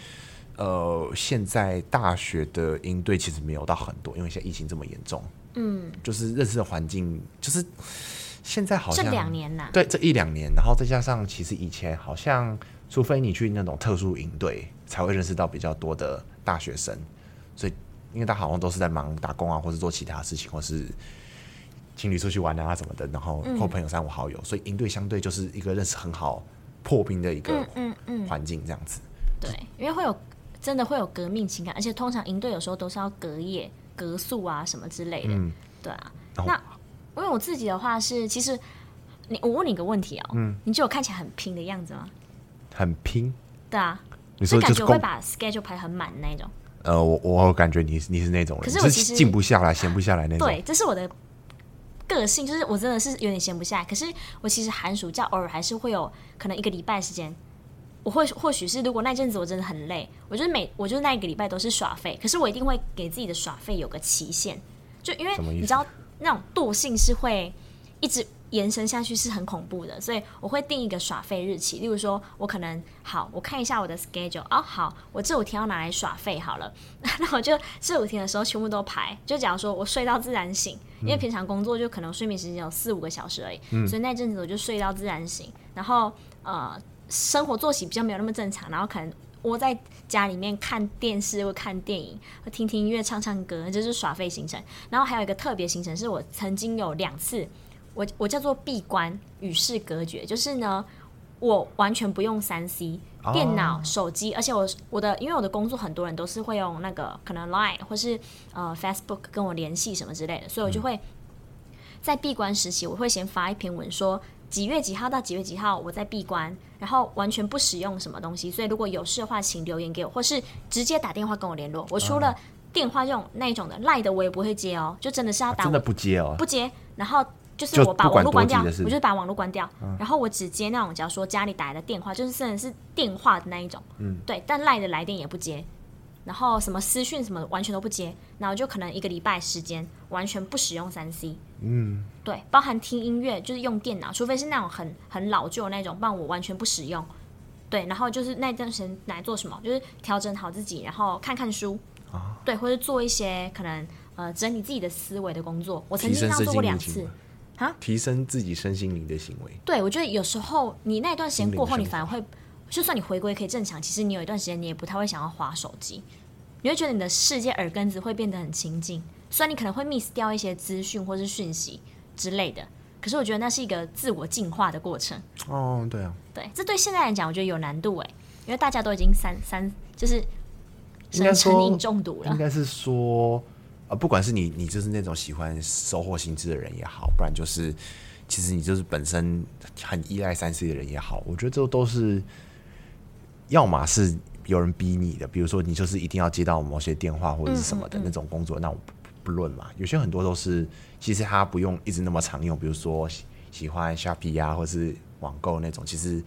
[SPEAKER 2] 呃，现在大学的应对其实没有到很多，因为现在疫情这么严重，嗯，就是认识的环境就是。现在好
[SPEAKER 1] 这
[SPEAKER 2] 像
[SPEAKER 1] 两年呐、
[SPEAKER 2] 对，这一两年，然后再加上其实以前好像，除非你去那种特殊营队，才会认识到比较多的大学生，所以因为大家好像都是在忙打工啊，或是做其他事情，或是情侣出去玩啊什么的，然后
[SPEAKER 1] 嗯
[SPEAKER 2] 或朋友三五好友，所以营队相对就是一个认识很好破冰的一个
[SPEAKER 1] 嗯嗯，
[SPEAKER 2] 环境这样子。
[SPEAKER 1] 对，因为会有真的会有革命情感，而且通常营队有时候都是要隔夜、隔宿啊什么之类
[SPEAKER 2] 嗯
[SPEAKER 1] 的，对啊。
[SPEAKER 2] 然后
[SPEAKER 1] 那因为我自己的话是，其实你我问你一个问题哦，
[SPEAKER 2] 嗯
[SPEAKER 1] 你觉得我看起来很拼的样子吗？
[SPEAKER 2] 很拼，
[SPEAKER 1] 对啊，
[SPEAKER 2] 你
[SPEAKER 1] 所
[SPEAKER 2] 说
[SPEAKER 1] 以感
[SPEAKER 2] 就
[SPEAKER 1] 觉
[SPEAKER 2] 是
[SPEAKER 1] 我会
[SPEAKER 2] 工
[SPEAKER 1] 把 schedule 排很满的那一种。
[SPEAKER 2] 呃，我我感觉你是你是那种人，
[SPEAKER 1] 可是
[SPEAKER 2] 就
[SPEAKER 1] 我其
[SPEAKER 2] 是
[SPEAKER 1] 实
[SPEAKER 2] 静不下来、闲不下来那种。
[SPEAKER 1] 对，这是我的个性，就是我真的是有点闲不下来。可是我其实寒暑假偶尔还是会有可能一个礼拜时间，我或或许是如果那阵子我真的很累，我就是每我就是那一个礼拜都是耍废，可是我一定会给自己的耍废有个期限，就因为
[SPEAKER 2] 什么意思
[SPEAKER 1] 你知道那种惰性是会一直。延伸下去是很恐怖的，所以我会定一个耍废日期。例如说，我可能好，我看一下我的 schedule，哦，好，我这五天要拿来耍废好了， 那我就这五天的时候全部都排。就假如说我睡到自然醒，因
[SPEAKER 2] 嗯
[SPEAKER 1] 为平常工作就可能睡眠时间有四五个小时而已，所以那阵子我就睡到自然醒，然后呃生活作息比较没有那么正常，然后可能。窝在家里面看电视或看电影，或听听音乐、唱唱歌，这就是耍废行程。然后还有一个特别行程，是我曾经有两次，我我叫做闭关与世隔绝，就是呢，我完全不用三 C，
[SPEAKER 2] 哦
[SPEAKER 1] 电脑、手机，而且我我的因为我的工作很多人都是会用那个可能 Line 或是呃 Facebook 跟我联系什么之类的，所以我
[SPEAKER 2] 嗯
[SPEAKER 1] 就会在闭关时期，我会先发一篇文说几月几号到几月几号我在闭关，然后完全不使用什么东西，所以如果有事的话，请留言给我，或是直接打电话跟我联络。我
[SPEAKER 2] 嗯
[SPEAKER 1] 除了电话这种那一种的赖的我也不会接哦，就真的是要
[SPEAKER 2] 啊
[SPEAKER 1] 打
[SPEAKER 2] 真
[SPEAKER 1] 我
[SPEAKER 2] 的不接哦，
[SPEAKER 1] 不接，然后就是
[SPEAKER 2] 就
[SPEAKER 1] 我把
[SPEAKER 2] 不管
[SPEAKER 1] 网络关
[SPEAKER 2] 多
[SPEAKER 1] 掉，
[SPEAKER 2] 急的事嗯
[SPEAKER 1] 我就把网络关掉，然后我只接那种，假如说家里打来的电话，就是真的是电话的那一种，嗯，对，但赖的来电也不接，然后什么私讯什么的完全都不接，然后就可能一个礼拜时间完全不使用三 C，嗯，对，包含听音乐就是用电脑，除非是那种很很老旧的那种，不然我完全不使用。对，然后就是那段时间来做什么，就是调整好自己，然后看看书，
[SPEAKER 2] 啊
[SPEAKER 1] 对，或者做一些可能呃整理自己的思维的工作。我曾
[SPEAKER 2] 提
[SPEAKER 1] 经
[SPEAKER 2] 升
[SPEAKER 1] 这样
[SPEAKER 2] 身
[SPEAKER 1] 做过
[SPEAKER 2] 心
[SPEAKER 1] 两
[SPEAKER 2] 灵行
[SPEAKER 1] 次
[SPEAKER 2] 为。
[SPEAKER 1] 啊
[SPEAKER 2] 提升自己身心灵的行为。
[SPEAKER 1] 对，我觉得有时候你那段时间过后，
[SPEAKER 2] 心
[SPEAKER 1] 你
[SPEAKER 2] 灵
[SPEAKER 1] 反而会，就算你回归可以正常，其实你有一段时间你也不太会想要划手机，你会觉得你的世界耳根子会变得很清净。虽然你可能会 miss 掉一些资讯或是讯息之类的，可是我觉得那是一个自我进化的过程。
[SPEAKER 2] 哦，对啊，
[SPEAKER 1] 对，这对现在来讲，我觉得有难度哎，因为大家都已经三三就是
[SPEAKER 2] 应该
[SPEAKER 1] 成成
[SPEAKER 2] 说
[SPEAKER 1] 瘾中毒了
[SPEAKER 2] 应。该是说，呃，不管是你，你就是那种喜欢收获新知的人也好，不然就是其实你就是本身很依赖三 C 的人也好，我觉得这都是，要么是有人逼你的，比如说你就是一定要接到某些电话或者是什
[SPEAKER 1] 嗯
[SPEAKER 2] 么的那种工作，那我不不论嘛。有些很多都是其实他不用一直那么常用，比如说喜喜欢 Shopee 啊，或是网购那种，其实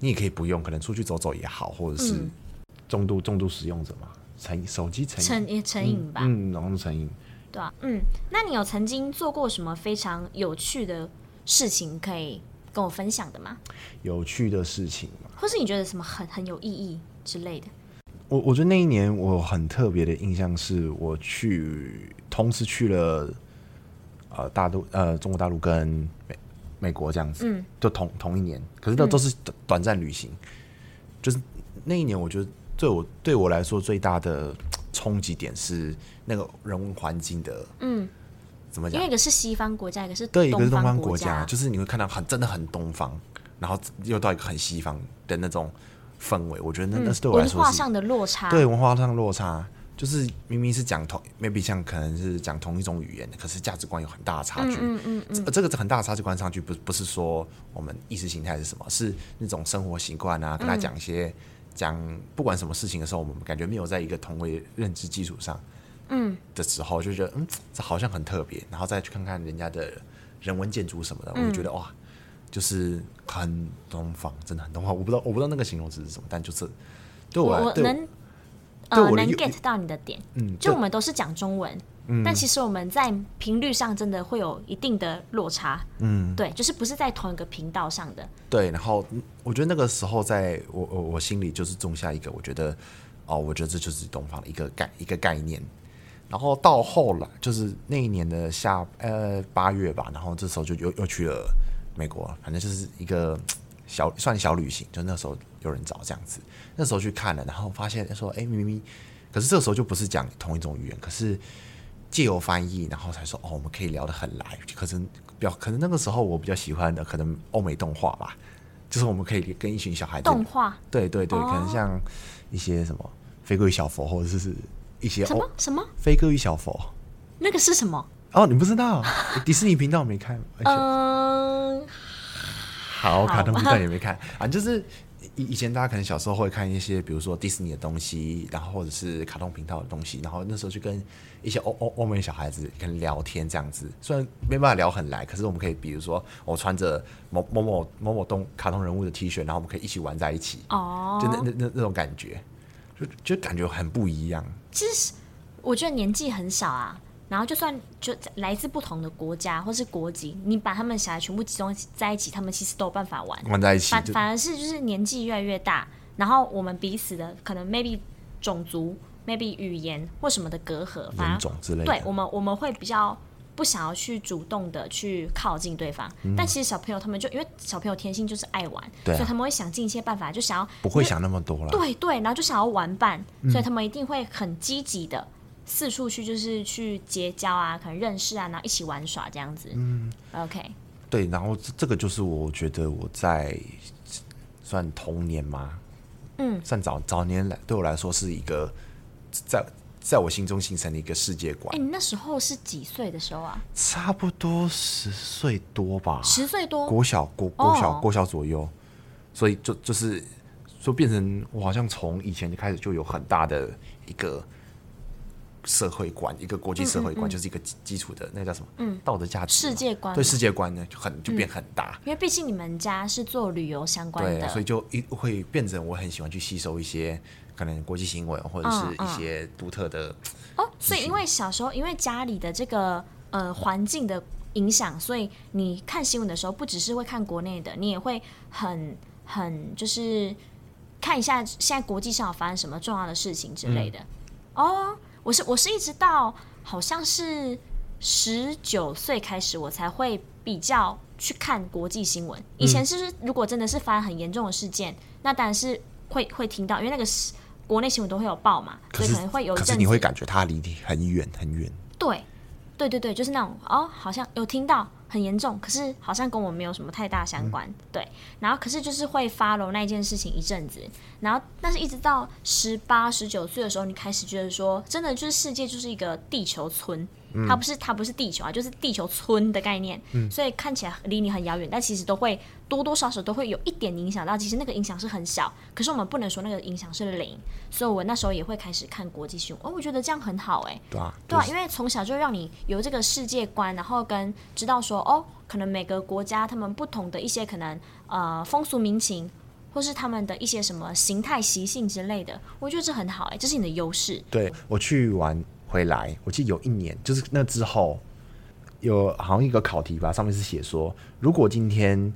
[SPEAKER 2] 你也可以不用，可能出去走走也好，或者是重度重度使用者嘛。成手机成瘾
[SPEAKER 1] 成也成瘾吧，
[SPEAKER 2] 嗯，然后成瘾。
[SPEAKER 1] 对啊，嗯，那你有曾经做过什么非常有趣的事情可以跟我分享的吗？
[SPEAKER 2] 有趣的事情嘛，
[SPEAKER 1] 或是你觉得什么很很有意义之类的？
[SPEAKER 2] 我我觉得那一年我很特别的印象是，我去同时去了呃大陆呃中国大陆跟美美国这样子，嗯，就同同一年，可是都都是短短暂旅行，就是那一年我觉得对我对我来说最大的冲击点是那个人文环境的，嗯，怎么
[SPEAKER 1] 因
[SPEAKER 2] 讲
[SPEAKER 1] 为？一个是西方国家，一个是
[SPEAKER 2] 对，一个是东
[SPEAKER 1] 方
[SPEAKER 2] 方国
[SPEAKER 1] 家，
[SPEAKER 2] 就是你会看到很真的很东方，然后又到一个很西方的那种氛围，我觉得那、那是对我来
[SPEAKER 1] 文
[SPEAKER 2] 说
[SPEAKER 1] 化
[SPEAKER 2] 是
[SPEAKER 1] 上的落差。
[SPEAKER 2] 对文化上的落差。就是明明是讲同，maybe 像可能是讲同一种语言，可是价值观有很大的差距。
[SPEAKER 1] 嗯嗯嗯，
[SPEAKER 2] 这这个很大的差距观上去，不不是说我们意识形态是什么，是那种生活习惯
[SPEAKER 1] 嗯
[SPEAKER 2] 啊，跟他讲一些讲、不管什么事情的时候，我们感觉没有在一个同为认知基础上，嗯的时候，就觉得嗯这好像很特别，然后再去看看人家的人文建筑什么的，
[SPEAKER 1] 嗯
[SPEAKER 2] 我就觉得哇，就是很东方，真的很东方。我不知道我不知道那个形容词是什么，但就是对我
[SPEAKER 1] 我
[SPEAKER 2] 来
[SPEAKER 1] 我
[SPEAKER 2] 对我
[SPEAKER 1] 能
[SPEAKER 2] 对
[SPEAKER 1] 呃
[SPEAKER 2] 我的
[SPEAKER 1] 能
[SPEAKER 2] 用
[SPEAKER 1] get 到你的点，
[SPEAKER 2] 嗯
[SPEAKER 1] 就
[SPEAKER 2] 对嗯
[SPEAKER 1] 我们都是讲中文，但其实我们在频率上真的会有一定的落差，嗯，对，就是不是在同一个频道上的，
[SPEAKER 2] 对，然后嗯我觉得那个时候在我我我心里就是种下一个，我觉得哦，我觉得这就是东方的一个概一个概念。然后到后来就是那一年的下呃八月吧，然后这时候就又又去了美国，反正就是一个嘖小算小旅行，就那时候有人找这样子，那时候去看了，然后发现说哎明明，可是这个时候就不是讲同一种语言，可是借由翻译，然后才说哦，我们可以聊得很来。可是表，可能那个时候我比较喜欢的，可能欧美动画吧，就是我们可以跟一群小孩子，
[SPEAKER 1] 动画
[SPEAKER 2] 对对对，
[SPEAKER 1] 哦
[SPEAKER 2] 可能像一些什么《飞哥与小佛》，或者是一些
[SPEAKER 1] 什
[SPEAKER 2] 欧《
[SPEAKER 1] 么什么
[SPEAKER 2] 飞哥与小佛
[SPEAKER 1] 那个是什么？》。
[SPEAKER 2] 哦，你不知道 迪士尼频道没看，而且
[SPEAKER 1] 嗯，
[SPEAKER 2] 好，卡通
[SPEAKER 1] 呃好
[SPEAKER 2] 片段也没看 啊，就是以以前大家可能小时候会看一些，比如说迪士尼的东西，然后或者是卡通频道的东西，然后那时候就跟一些欧欧欧美小孩子跟聊天这样子，虽然没办法聊很来，可是我们可以比如说我穿着某某某某某东卡通人物的 T 恤，然后我们可以一起玩在一起，
[SPEAKER 1] 哦，
[SPEAKER 2] 就那那那那种感觉，就就感觉很不一样。
[SPEAKER 1] 其实我觉得年纪很小啊，然后就算就来自不同的国家或是国籍，你把他们小孩全部集中在一起，他们其实都有办法玩。
[SPEAKER 2] 玩在一起
[SPEAKER 1] 反
[SPEAKER 2] 就
[SPEAKER 1] 反而是就是年纪越来越大，然后我们彼此的可能 maybe 种族、maybe 语言或什么的隔阂，反
[SPEAKER 2] 人
[SPEAKER 1] 而
[SPEAKER 2] 种之类的，
[SPEAKER 1] 对我们我们会比较不想要去主动的去靠近对方。但其实小朋友他们就因为小朋友天性就是爱玩，
[SPEAKER 2] 嗯对啊
[SPEAKER 1] 所以他们会想尽一切办法，就想要
[SPEAKER 2] 不会想那么多了。
[SPEAKER 1] 对对，然后就想要玩伴，
[SPEAKER 2] 嗯
[SPEAKER 1] 所以他们一定会很积极的四处去，就是去结交啊，可能认识啊，然后一起玩耍这样子。嗯，OK，
[SPEAKER 2] 对，然后这这个就是我觉得我在算童年吗？
[SPEAKER 1] 嗯，
[SPEAKER 2] 算早早年来对我来说是一个在在我心中形成的一个世界观
[SPEAKER 1] 哎、，你那时候是几岁的时候啊？
[SPEAKER 2] 差不多十岁多吧，
[SPEAKER 1] 十岁多
[SPEAKER 2] 国小国国小、
[SPEAKER 1] 哦
[SPEAKER 2] 国小左右，所以就就是就变成我好像从以前就开始就有很大的一个社会观，一个国
[SPEAKER 1] 嗯
[SPEAKER 2] 际社会观，就是一个基基础的那叫什么？嗯，道德价值
[SPEAKER 1] 世
[SPEAKER 2] 嘛
[SPEAKER 1] 界观
[SPEAKER 2] 对
[SPEAKER 1] 嘛嗯
[SPEAKER 2] 世界观呢就很就变很大。
[SPEAKER 1] 因为毕竟你们家是做旅游相关
[SPEAKER 2] 对，
[SPEAKER 1] 的，
[SPEAKER 2] 所以就一会变成我很喜欢去吸收一些可能国际新闻或者是
[SPEAKER 1] 嗯嗯
[SPEAKER 2] 一些独特的，
[SPEAKER 1] 哦，所以因为小时候因为家里的这个呃环境的影响，所以你看新闻的时候，不只是会看国内的，你也会很很就是看一下现在国际上有发生什么重要的事情之
[SPEAKER 2] 嗯
[SPEAKER 1] 类的。哦，我是我是一直到好像是十九岁开始，我才会比较去看国际新
[SPEAKER 2] 嗯
[SPEAKER 1] 闻。以前是如果真的是发生很严重的事件，那当然是会会听到，因为那个是国内新闻都会有报嘛，所以可能会有一
[SPEAKER 2] 可
[SPEAKER 1] 阵
[SPEAKER 2] 是
[SPEAKER 1] 子
[SPEAKER 2] 你会感觉它离你很远很远，
[SPEAKER 1] 对，对对对，就是那种哦，好像有听到很严重，可是好像跟我没有什么太大相关。对，然后可是就是会 follow 那件事情一阵子，然后但是一直到十八、十九岁的时候，你开始觉得说，真的就是世界就是一个地球村。它不是它不是地球啊，就是地球村的概念，所以看起来离你很遥远，但其实都会多多少少都会有一点影响到。其实那个影响是很小，可是我们不能说那个影响是零，所以我那时候也会开始看国际新闻。哦，我觉得这样很好哎、
[SPEAKER 2] 对吧？
[SPEAKER 1] 对啊，
[SPEAKER 2] 就是
[SPEAKER 1] 因为从小就让你有这个世界观，然后跟知道说，哦，可能每个国家他们不同的一些可能呃风俗民情，或是他们的一些什么形态习性之类的，我觉得这很好哎、这是你的优势。
[SPEAKER 2] 对我去玩回来，我记得有一年就是那之后有好像一个考题吧，上面是写说，如果今天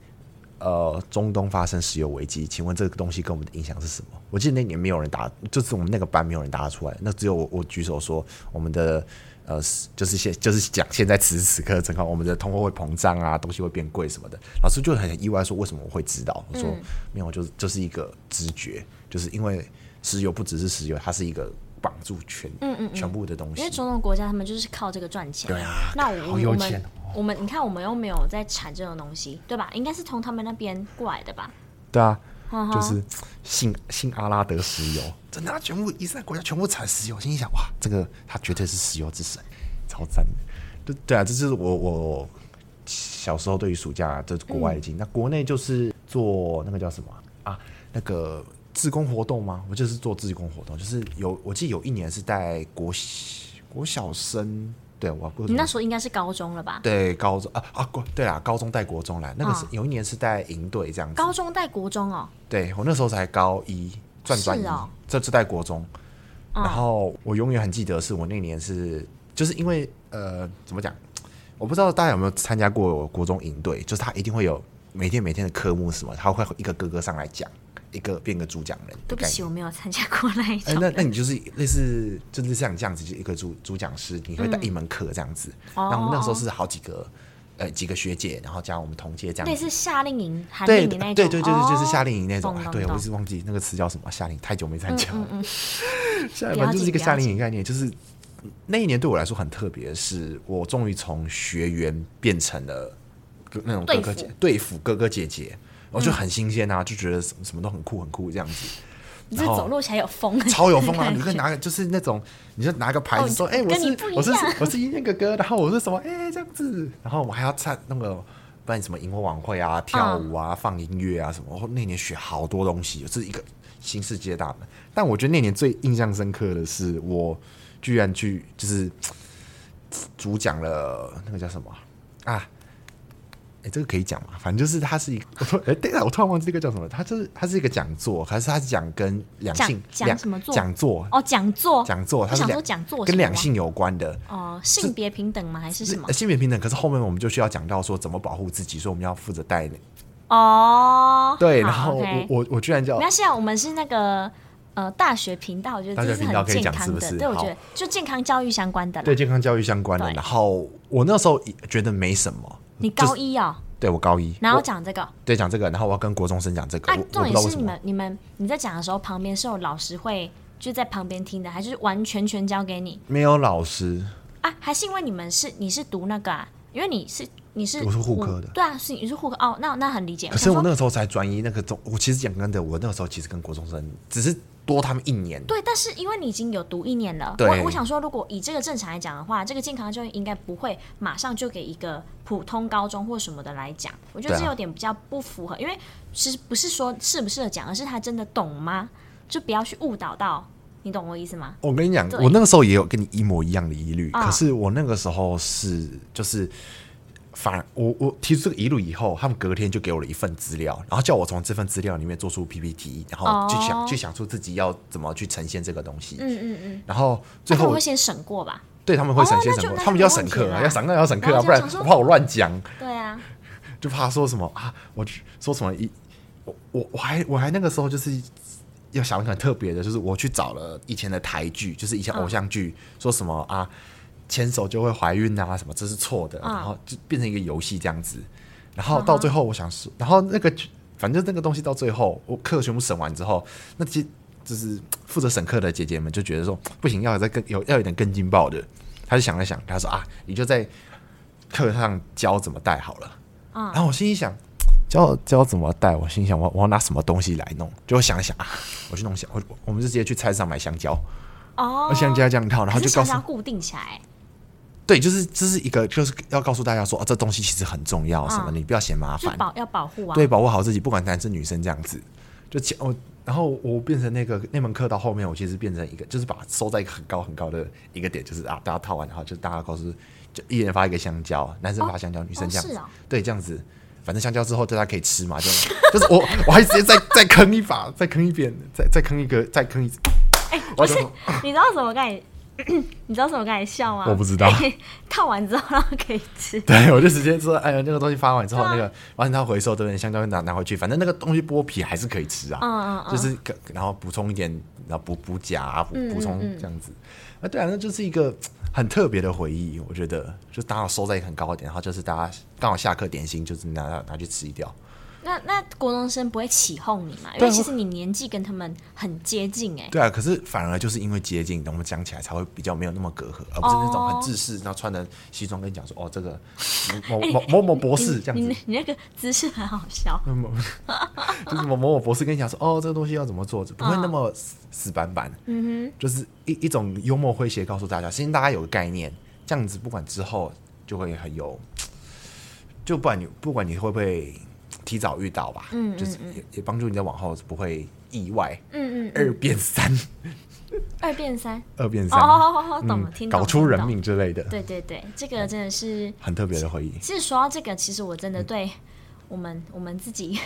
[SPEAKER 2] 呃中东发生石油危机，请问这个东西跟我们的影响是什么？我记得那年没有人答，就是我们那个班没有人答得出来，那只有我我举手说我们的。呃，就是现就是讲现在此时此刻，正好我们的通货会膨胀啊，东西会变贵什么的。老师就很意外说，为什么我会知道？我说、没有，就是就是一个直觉，就是因为石油不只是石油，它是一个绑住全全部的东西
[SPEAKER 1] 嗯因为。中东国家他们就是靠这个赚钱，
[SPEAKER 2] 对啊
[SPEAKER 1] 那我
[SPEAKER 2] 好有
[SPEAKER 1] 我
[SPEAKER 2] 钱
[SPEAKER 1] 们
[SPEAKER 2] 哦
[SPEAKER 1] 我们你看我们又没有在产这种东西，对吧？应该是从他们那边过来的吧？
[SPEAKER 2] 对啊，
[SPEAKER 1] 哈哈
[SPEAKER 2] 就是信信阿拉德石油，真的，他全部伊斯兰国家全部产石油，心里想哇，这个他绝对是石油之神，超赞的。对对啊，这是我我小时候对于暑假这是国外的经历。那国内就是做那个叫什么啊？啊那个志工活动吗？我就是做志工活动，就是有我记得有一年是带国小国小生，对我
[SPEAKER 1] 你那时候应该是高中了吧？
[SPEAKER 2] 对高中啊啊国对啊，高中带国中来，那个是、有一年是带营队这样子。
[SPEAKER 1] 高中带国中哦，
[SPEAKER 2] 对我那时候才高一，转转一，
[SPEAKER 1] 是哦
[SPEAKER 2] 这次在国中。
[SPEAKER 1] 嗯
[SPEAKER 2] 然后我永远很记得，是我那年是，就是因为呃，怎么讲？我不知道大家有没有参加过国中营队，就是他一定会有每天每天的科目是什么，他会一个哥哥上来讲，一个变个主讲人的
[SPEAKER 1] 对不
[SPEAKER 2] 概
[SPEAKER 1] 起，
[SPEAKER 2] 念。
[SPEAKER 1] 我没有参加过那一
[SPEAKER 2] 哎、
[SPEAKER 1] 种。
[SPEAKER 2] 那那你就是类似，就是像这样子，就一个主主讲师，你会带
[SPEAKER 1] 嗯
[SPEAKER 2] 一门课这样子。
[SPEAKER 1] 哦
[SPEAKER 2] 然后我们那时候是好几个，呃，几个学姐，然后加我们同届这样子。
[SPEAKER 1] 类似夏令营、寒令
[SPEAKER 2] 对
[SPEAKER 1] 营那一种，
[SPEAKER 2] 对对对对，就是夏
[SPEAKER 1] 令。
[SPEAKER 2] 令营那种。
[SPEAKER 1] 懂
[SPEAKER 2] 啊
[SPEAKER 1] 懂
[SPEAKER 2] 对，我
[SPEAKER 1] 懂嗯
[SPEAKER 2] 一直忘记那个词叫什么，夏令营太久没参加了。 夏
[SPEAKER 1] 了
[SPEAKER 2] 反正就是
[SPEAKER 1] 解
[SPEAKER 2] 一个
[SPEAKER 1] 了
[SPEAKER 2] 夏令营概念，就是那一年对我来说很特别，是我终于从学员变成了哥那种哥
[SPEAKER 1] 队
[SPEAKER 2] 哥
[SPEAKER 1] 服
[SPEAKER 2] 姐对付哥哥姐姐，我就很新鲜啊，就觉得什么什么都很酷很酷这样子。
[SPEAKER 1] 你这
[SPEAKER 2] 然后
[SPEAKER 1] 走路起来有风，
[SPEAKER 2] 超有风啊！
[SPEAKER 1] 感
[SPEAKER 2] 你
[SPEAKER 1] 觉
[SPEAKER 2] 会拿个就是那种，你就拿个牌
[SPEAKER 1] 哦
[SPEAKER 2] 子说，哎、我
[SPEAKER 1] 跟你
[SPEAKER 2] 是
[SPEAKER 1] 不一
[SPEAKER 2] 我是
[SPEAKER 1] 样
[SPEAKER 2] 我是音乐哥哥，然后我是什么，哎、这样子，然后我还要唱那个，不然什么萤火晚会啊、跳舞
[SPEAKER 1] 嗯
[SPEAKER 2] 啊、放音乐啊什么。我那年学好多东西，这是一个新世界大门。但我觉得那年最印象深刻的是，我居然去就是主讲了那个叫什么啊？啊哎、这个可以讲吗？反正就是它是一个， 我说，哎、对了，我突然忘记这个叫什么，它就是它是一个讲座，还是它是讲跟两
[SPEAKER 1] 讲
[SPEAKER 2] 性
[SPEAKER 1] 讲
[SPEAKER 2] 两
[SPEAKER 1] 什么座
[SPEAKER 2] 讲 座
[SPEAKER 1] 哦，讲座，
[SPEAKER 2] 讲座，它
[SPEAKER 1] 我
[SPEAKER 2] 是
[SPEAKER 1] 想
[SPEAKER 2] 两
[SPEAKER 1] 说讲座
[SPEAKER 2] 跟
[SPEAKER 1] 什么
[SPEAKER 2] 两性有关的。
[SPEAKER 1] 哦，性别平等吗？还是什么
[SPEAKER 2] 呃？性别平等，可是后面我们就需要讲到说怎么保护自己，所以我们要负责带领。
[SPEAKER 1] 哦，
[SPEAKER 2] 对，
[SPEAKER 1] 好
[SPEAKER 2] 然后
[SPEAKER 1] OK
[SPEAKER 2] 我我我居然叫
[SPEAKER 1] 没关系啊，我们是那个呃大学频道，我觉
[SPEAKER 2] 大
[SPEAKER 1] 得
[SPEAKER 2] 学
[SPEAKER 1] 这是
[SPEAKER 2] 频道
[SPEAKER 1] 很
[SPEAKER 2] 可以
[SPEAKER 1] 健
[SPEAKER 2] 讲
[SPEAKER 1] 康
[SPEAKER 2] 是
[SPEAKER 1] 的，
[SPEAKER 2] 不是
[SPEAKER 1] 对，我觉得
[SPEAKER 2] 好
[SPEAKER 1] 就健康教育相关的啦。
[SPEAKER 2] 对，健康教育相关的，
[SPEAKER 1] 对
[SPEAKER 2] 然后我那时候觉得没什么。
[SPEAKER 1] 你
[SPEAKER 2] 就
[SPEAKER 1] 高
[SPEAKER 2] 是
[SPEAKER 1] 一哦，
[SPEAKER 2] 对我高一，
[SPEAKER 1] 然后
[SPEAKER 2] 我
[SPEAKER 1] 讲这个，
[SPEAKER 2] 对讲这个，然后我要跟国中生讲这个，
[SPEAKER 1] 啊
[SPEAKER 2] 我我，不
[SPEAKER 1] 重
[SPEAKER 2] 知道
[SPEAKER 1] 点是
[SPEAKER 2] 为什
[SPEAKER 1] 你
[SPEAKER 2] 么
[SPEAKER 1] 们。你们你在讲的时候，旁边是有老师会就在旁边听的，还是完全全交给你
[SPEAKER 2] 没有老师，
[SPEAKER 1] 啊？还是因为你们是你是读那个啊？因为你是你是
[SPEAKER 2] 我是护科的
[SPEAKER 1] 对啊，是你是护科哦，那那很理解。
[SPEAKER 2] 可是我
[SPEAKER 1] 想
[SPEAKER 2] 那
[SPEAKER 1] 说
[SPEAKER 2] 个时候才专一，那个中，我其实讲真的，我那个时候其实跟国中生只是多他们一年，
[SPEAKER 1] 对，但是因为你已经有读一年了，
[SPEAKER 2] 对
[SPEAKER 1] 我我想说，如果以这个正常来讲的话，这个健康教育应该不会马上就给一个普通高中或什么的来讲，我觉得
[SPEAKER 2] 对啊
[SPEAKER 1] 这有点比较不符合，因为是不是说适不适合讲，而是他真的懂吗？就不要去误导到，你懂我意思吗？
[SPEAKER 2] 我跟你讲，
[SPEAKER 1] 对
[SPEAKER 2] 我那个时候也有跟你一模一样的疑虑，
[SPEAKER 1] 啊
[SPEAKER 2] 可是我那个时候是就是，反而我我提出这个疑虑以后，他们隔天就给我了一份资料，然后叫我从这份资料里面做出 PPT，然后就想、
[SPEAKER 1] 哦
[SPEAKER 2] 就想出自己要怎么去呈现这个东西，
[SPEAKER 1] 嗯嗯嗯，
[SPEAKER 2] 然后最
[SPEAKER 1] 那他
[SPEAKER 2] 后
[SPEAKER 1] 们
[SPEAKER 2] 我
[SPEAKER 1] 会先审过吧？
[SPEAKER 2] 对他们会
[SPEAKER 1] 哦
[SPEAKER 2] 审
[SPEAKER 1] 那
[SPEAKER 2] 先
[SPEAKER 1] 就
[SPEAKER 2] 审过，
[SPEAKER 1] 那就
[SPEAKER 2] 他们就要审
[SPEAKER 1] 没
[SPEAKER 2] 课
[SPEAKER 1] 问题
[SPEAKER 2] 啊，
[SPEAKER 1] 啦
[SPEAKER 2] 要审课要审课
[SPEAKER 1] 然
[SPEAKER 2] 啊，
[SPEAKER 1] 后
[SPEAKER 2] 不然
[SPEAKER 1] 就想说
[SPEAKER 2] 我怕我乱讲。
[SPEAKER 1] 对啊，
[SPEAKER 2] 就怕说什么啊，我说什么一，我我我还我还那个时候就是要想一个很特别的，就是我去找了以前的台剧，就是以前偶像剧，说什么啊牵手就会怀孕啊什么，这是错的，
[SPEAKER 1] 嗯
[SPEAKER 2] 然后就变成一个游戏这样子，然后到最后我想说，然后那个剧反正那个东西到最后我课全部审完之后，那些就是负责审课的姐姐们就觉得说不行，要有再更有要有点更劲爆的，她就想了想，她说啊，你就在课上教怎么带好了。然后我心里想，教教怎么带？我心里想，我我要拿什么东西来弄？就我想一想 啊，我去弄香，我我们就直接去菜市场买香蕉，
[SPEAKER 1] 哦
[SPEAKER 2] 那，香蕉酱套，然后
[SPEAKER 1] 可
[SPEAKER 2] 就是告
[SPEAKER 1] 想要，
[SPEAKER 2] 诉
[SPEAKER 1] 固定起来，
[SPEAKER 2] 对，就是这是一个，就是要告诉大家说，哦，这东西其实很重要，什么
[SPEAKER 1] 嗯
[SPEAKER 2] 你不要嫌麻
[SPEAKER 1] 就
[SPEAKER 2] 烦，
[SPEAKER 1] 保要保护啊。
[SPEAKER 2] 对，保护好自己，不管男生女生这样子，就讲我。然后我变成那个那门课到后面，我其实变成一个，就是把它收在一个很高很高的一个点，就是啊，大家套完，然后就大家告诉，就一人发一个香蕉，男生发香蕉，女生这样
[SPEAKER 1] 哦
[SPEAKER 2] 子，
[SPEAKER 1] 是哦
[SPEAKER 2] 对，这样子，反正香蕉之后大家可以吃嘛，就就是我 我还直接再再坑一把，再坑一遍，再再坑一个，再坑一次，
[SPEAKER 1] 哎、
[SPEAKER 2] 我
[SPEAKER 1] 不，
[SPEAKER 2] 就是
[SPEAKER 1] 你知道怎么刚才？ 你知道怎么刚才笑吗？
[SPEAKER 2] 我不 知道
[SPEAKER 1] 套完之后然后可以吃。
[SPEAKER 2] 对，我就直接说，哎呀，那个东西发完之后，
[SPEAKER 1] 对啊
[SPEAKER 2] 那个完成它回收，对不对？香蕉拿拿回去，反正那个东西剥皮还是可以吃啊，
[SPEAKER 1] 嗯嗯嗯嗯
[SPEAKER 2] 就是可然后补充一点，然后补补钾啊，补补充这样子。啊，对啊，那就是一个很特别的回忆，我觉得，就刚好收在一个很高的点，然后就是大家刚好下课点心，就是拿拿拿去吃掉。
[SPEAKER 1] 那那国中生不会起哄你嘛？因
[SPEAKER 2] 对
[SPEAKER 1] 为
[SPEAKER 2] 啊
[SPEAKER 1] 其实你年纪跟他们很接近哎、
[SPEAKER 2] 对啊，可是反而就是因为接近，我们讲起来才会比较没有那么隔阂，而不是那种
[SPEAKER 1] 哦
[SPEAKER 2] 很自私，然后穿的西装跟你讲说，哦，这个 某某某某博士这样
[SPEAKER 1] 你
[SPEAKER 2] 子
[SPEAKER 1] 你，你那个姿势很好笑，
[SPEAKER 2] 嗯 就是某某某博士跟你讲说，哦，这个东西要怎么做，不会那么死死板板，嗯哼，就是一一种幽默诙谐告诉大家，先大家有个概念，这样子不管之后就会很有，就不管你不管你会不会提早遇到吧，嗯就是也也帮助你在往后不会意外，
[SPEAKER 1] 嗯嗯，
[SPEAKER 2] 二变三，
[SPEAKER 1] 二变三，
[SPEAKER 2] 二变
[SPEAKER 1] 哦
[SPEAKER 2] 三，
[SPEAKER 1] 哦哦哦，懂了，听
[SPEAKER 2] 嗯，
[SPEAKER 1] 懂
[SPEAKER 2] 搞出人。
[SPEAKER 1] 听懂
[SPEAKER 2] 命之类的，
[SPEAKER 1] 对对对，这个真的是，
[SPEAKER 2] 很特别的回忆。
[SPEAKER 1] 其实说到这个，其实我真
[SPEAKER 2] 嗯
[SPEAKER 1] 的对我们我们自己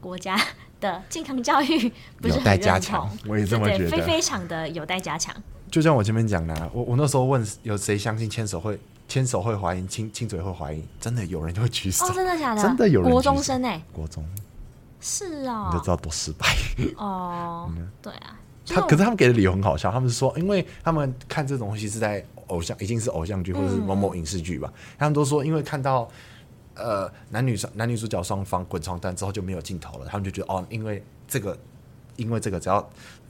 [SPEAKER 1] 国家的健康教育 不是
[SPEAKER 2] 有待
[SPEAKER 1] 很
[SPEAKER 2] 加
[SPEAKER 1] 认
[SPEAKER 2] 强
[SPEAKER 1] 同，
[SPEAKER 2] 我也这么
[SPEAKER 1] 对
[SPEAKER 2] 觉得
[SPEAKER 1] 非非常的有待加强。
[SPEAKER 2] 就像我前面讲的啊、我我那时候问有谁相信牵手会牵手会怀孕，亲亲嘴会怀孕，真的有人就会举手，
[SPEAKER 1] 哦，真的假的？
[SPEAKER 2] 真的有人
[SPEAKER 1] 国
[SPEAKER 2] 举手
[SPEAKER 1] 中生哎、
[SPEAKER 2] 国中
[SPEAKER 1] 是
[SPEAKER 2] 你就知
[SPEAKER 1] 哦，
[SPEAKER 2] 道多失败。
[SPEAKER 1] 哦，对啊，
[SPEAKER 2] 他
[SPEAKER 1] 就
[SPEAKER 2] 可是他们给的理由很好笑，他们说，因为他们看这种东西是在偶像，已经是偶像剧或
[SPEAKER 1] 嗯
[SPEAKER 2] 者是某某影视剧吧，他们都说因为看到。呃，男女双男女主角双方滚床单之后就没有镜头了，他们就觉得哦，因为这个，因为这个只要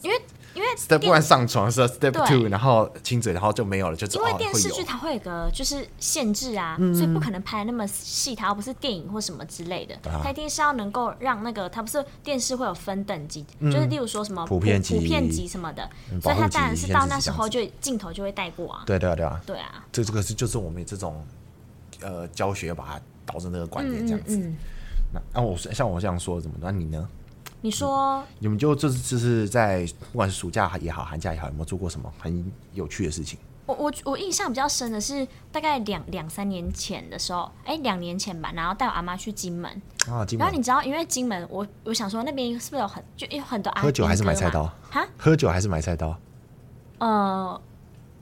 [SPEAKER 1] 因为因为
[SPEAKER 2] step
[SPEAKER 1] 电
[SPEAKER 2] one 上床是 step
[SPEAKER 1] 对
[SPEAKER 2] two，然后亲嘴，然后就没有了，就知
[SPEAKER 1] 因
[SPEAKER 2] 道
[SPEAKER 1] 为
[SPEAKER 2] 哦
[SPEAKER 1] 电
[SPEAKER 2] 会
[SPEAKER 1] 视
[SPEAKER 2] 有嗯
[SPEAKER 1] 剧它会有个就是限制啊，所以不可能拍那么细，它又不是电影或什么之类的，
[SPEAKER 2] 啊
[SPEAKER 1] 它一定是要能够让那个它不是电视会有分等级，就是例如说什么
[SPEAKER 2] 嗯普遍级嗯
[SPEAKER 1] 普遍级什么的，所
[SPEAKER 2] 保
[SPEAKER 1] 以
[SPEAKER 2] 护
[SPEAKER 1] 它
[SPEAKER 2] 级
[SPEAKER 1] 当然是
[SPEAKER 2] 限
[SPEAKER 1] 到
[SPEAKER 2] 制
[SPEAKER 1] 那
[SPEAKER 2] 级
[SPEAKER 1] 时
[SPEAKER 2] 这样
[SPEAKER 1] 候就镜头就会带过啊，
[SPEAKER 2] 对对啊对啊，
[SPEAKER 1] 对啊，
[SPEAKER 2] 这这个是就是我们这种呃教学把它导成这个观念这样子。
[SPEAKER 1] 嗯，
[SPEAKER 2] 那那啊我像我这样说怎么？那你呢？
[SPEAKER 1] 你说
[SPEAKER 2] 你们就就是就是在不管是暑假也好，寒假也好，有没有做过什么很有趣的事情？
[SPEAKER 1] 我我我印象比较深的是大概两两三年前的时候，哎、两年前吧，然后带我阿妈去金门，
[SPEAKER 2] 啊，今
[SPEAKER 1] 然后
[SPEAKER 2] 晚
[SPEAKER 1] 你知道，因为金门，我我想说那边是不是有很就有很多阿
[SPEAKER 2] 喝酒
[SPEAKER 1] 兵
[SPEAKER 2] 还是
[SPEAKER 1] 哥
[SPEAKER 2] 买菜
[SPEAKER 1] 嘛
[SPEAKER 2] 刀
[SPEAKER 1] 哈？
[SPEAKER 2] 喝酒还是买菜刀？
[SPEAKER 1] 呃，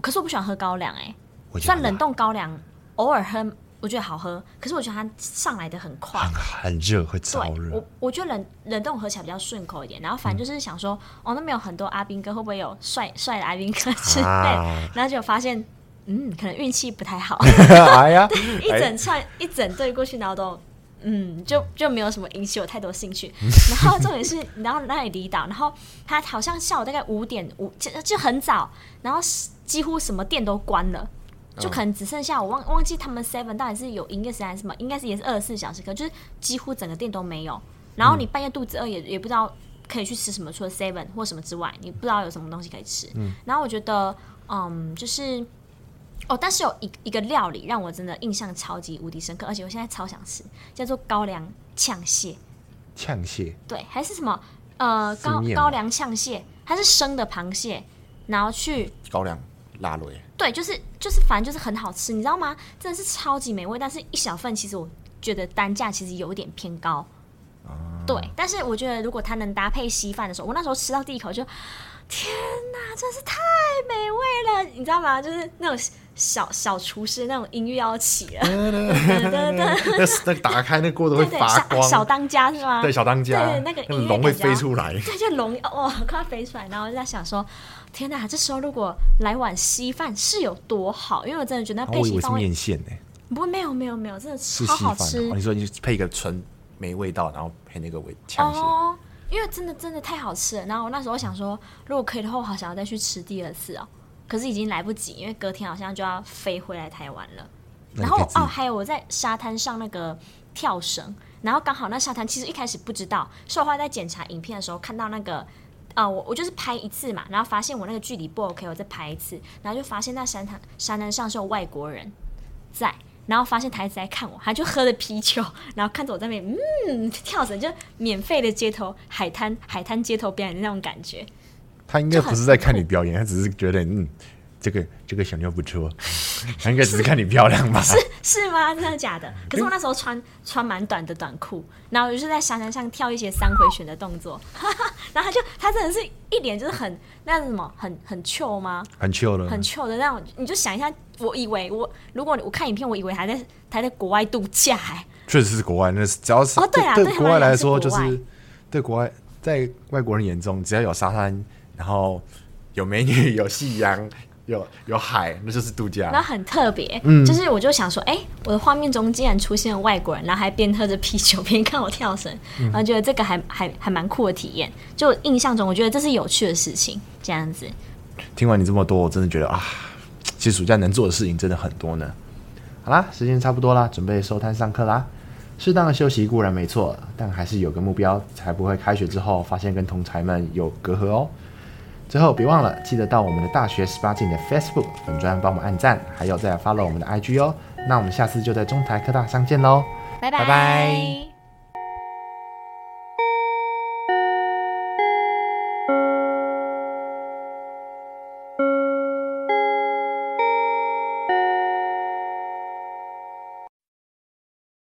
[SPEAKER 1] 可是我不喜欢喝高粱、欸，
[SPEAKER 2] 我
[SPEAKER 1] 哎，
[SPEAKER 2] 觉得
[SPEAKER 1] 算冷冻高粱，偶尔喝我觉得好喝，可是我觉得它上来的很快。
[SPEAKER 2] 很很热，会超
[SPEAKER 1] 对，
[SPEAKER 2] 热嗯
[SPEAKER 1] 我。我觉得冷冷冻喝起来比较顺口一点，然后反正就是想说，哦，那边有很多阿兵哥，会不会有帅帅的阿兵哥之类的？
[SPEAKER 2] 啊
[SPEAKER 1] 然后就发现，嗯，可能运气不太 好，
[SPEAKER 2] 哎呀，
[SPEAKER 1] 一整串、一整队过去，然后都嗯，就就没有什么引起我太多兴趣。 然后重点是，然后那里离岛，然后他好像下午大概五点五就就很早，然后是几乎什么店都关了。就可能只剩下我忘忘记他们 Seven 到底是有营业时间还是什么，应该是也是二十四小时，可就是几乎整个店都没有。然后你半夜肚子饿也也不知道可以去吃什么，除了 Seven 或什么之外，你不知道有什么东西可以吃。然后我觉得，嗯，就是哦，但是有一一个料理让我真的印象超级无敌深刻，而且我现在超想吃，叫做高粱呛蟹，
[SPEAKER 2] 呛蟹
[SPEAKER 1] 对，还是什么呃
[SPEAKER 2] 是
[SPEAKER 1] 高
[SPEAKER 2] 面吗
[SPEAKER 1] 高粱呛蟹，它是生的螃蟹，然后去
[SPEAKER 2] 高粱辣 雷，
[SPEAKER 1] 对，就是就是反正就是很好吃，你知道吗？真的是超级美味，但是一小份其实我觉得单价其实有一点偏高。
[SPEAKER 2] 啊
[SPEAKER 1] 对，但是我觉得如果它能搭配稀饭的时候，我那时候吃到第一口就，天哪，真是太美味了，你知道吗？就是那种小小厨师那种音乐要起了， 噔噔噔
[SPEAKER 2] 那那打开那锅都会
[SPEAKER 1] 对对，
[SPEAKER 2] 发
[SPEAKER 1] 小
[SPEAKER 2] 光，
[SPEAKER 1] 小当家是吗？
[SPEAKER 2] 对小当家，
[SPEAKER 1] 对那个音乐
[SPEAKER 2] 龙会
[SPEAKER 1] 感觉啊
[SPEAKER 2] 飞出来。
[SPEAKER 1] 对，就龙哦，快要飞出来，然后我就在想说，天哪，这时候如果来碗稀饭是有多好，因为我真的觉得那
[SPEAKER 2] 然后
[SPEAKER 1] 配
[SPEAKER 2] 哦我以
[SPEAKER 1] 稀
[SPEAKER 2] 为是
[SPEAKER 1] 饭会
[SPEAKER 2] 面线呢、
[SPEAKER 1] 不过没有没有没有，真的
[SPEAKER 2] 是
[SPEAKER 1] 超
[SPEAKER 2] 稀
[SPEAKER 1] 好
[SPEAKER 2] 饭、
[SPEAKER 1] 吃
[SPEAKER 2] 哦。你说你就配一个纯没味道，然后配那个味呛蟹。
[SPEAKER 1] 哦，因为真的真的太好吃了。然后我那时候想说，如果可以的话，我好想要再去吃第二次哦。可是已经来不及，因为隔天好像就要飞回来台湾了。
[SPEAKER 2] 那你
[SPEAKER 1] 然后
[SPEAKER 2] 可以自己
[SPEAKER 1] 哦，还有我在沙滩上那个跳绳，然后刚好那沙滩其实一开始不知道，是我后来在检查影片的时候看到那个。呃，我我就是拍一次嘛，然后发现我那个距离不 OK，我再拍一次，然后就发现那沙滩沙滩上是有外国人在，然后发现他一直在看我，他就喝着啤酒，然后看着我在那边，嗯，跳绳就免费的街头海滩海滩街头表演的那种感觉，
[SPEAKER 2] 他应该不是在看你表演，他只是觉得嗯，这个这个小妞 不错，他应该只是看你漂亮吧？
[SPEAKER 1] 是吗？真的假的？可是我那时候穿穿蛮短的短裤，然后我就是在沙滩上跳一些三回旋的动作， 哈哈，然后他就他真的是一脸就是很那是什么很很 chill 吗？
[SPEAKER 2] 很 chill 了，
[SPEAKER 1] 很 chill 的那种，你就想一下，我以为我如果我看影片，我以为还在还在国外度假、欸，
[SPEAKER 2] 确实是国外，那是只要是、
[SPEAKER 1] 哦对啊对他们
[SPEAKER 2] 国外来说，
[SPEAKER 1] 来
[SPEAKER 2] 就
[SPEAKER 1] 说是国
[SPEAKER 2] 是对国外 在外国人眼中，只要有沙滩，然后有美女，有夕阳，有有海，那就是度
[SPEAKER 1] 那
[SPEAKER 2] 假。
[SPEAKER 1] 很特别，就是我就想说，哎、我的画面中竟然出现了外国人，然后还边喝着啤酒边看我跳绳，然后觉得这个还还还蛮酷的体验。就印象中，我觉得这是有趣的事情，这样子。
[SPEAKER 2] 听完你这么多，我真的觉得啊，其实暑假能做的事情真的很多呢。好啦，时间差不多啦，准备收摊上课啦。适当的休息固然没错，但还是有个目标，才不会开学之后发现跟同才们有隔阂哦。最后别忘了，记得到我们的大学十八禁的 Facebook 粉专帮我们按赞，还有再来 follow 我们的 IG 哦。那我们下次就在中台科大相见喽。
[SPEAKER 1] 拜
[SPEAKER 2] 拜拜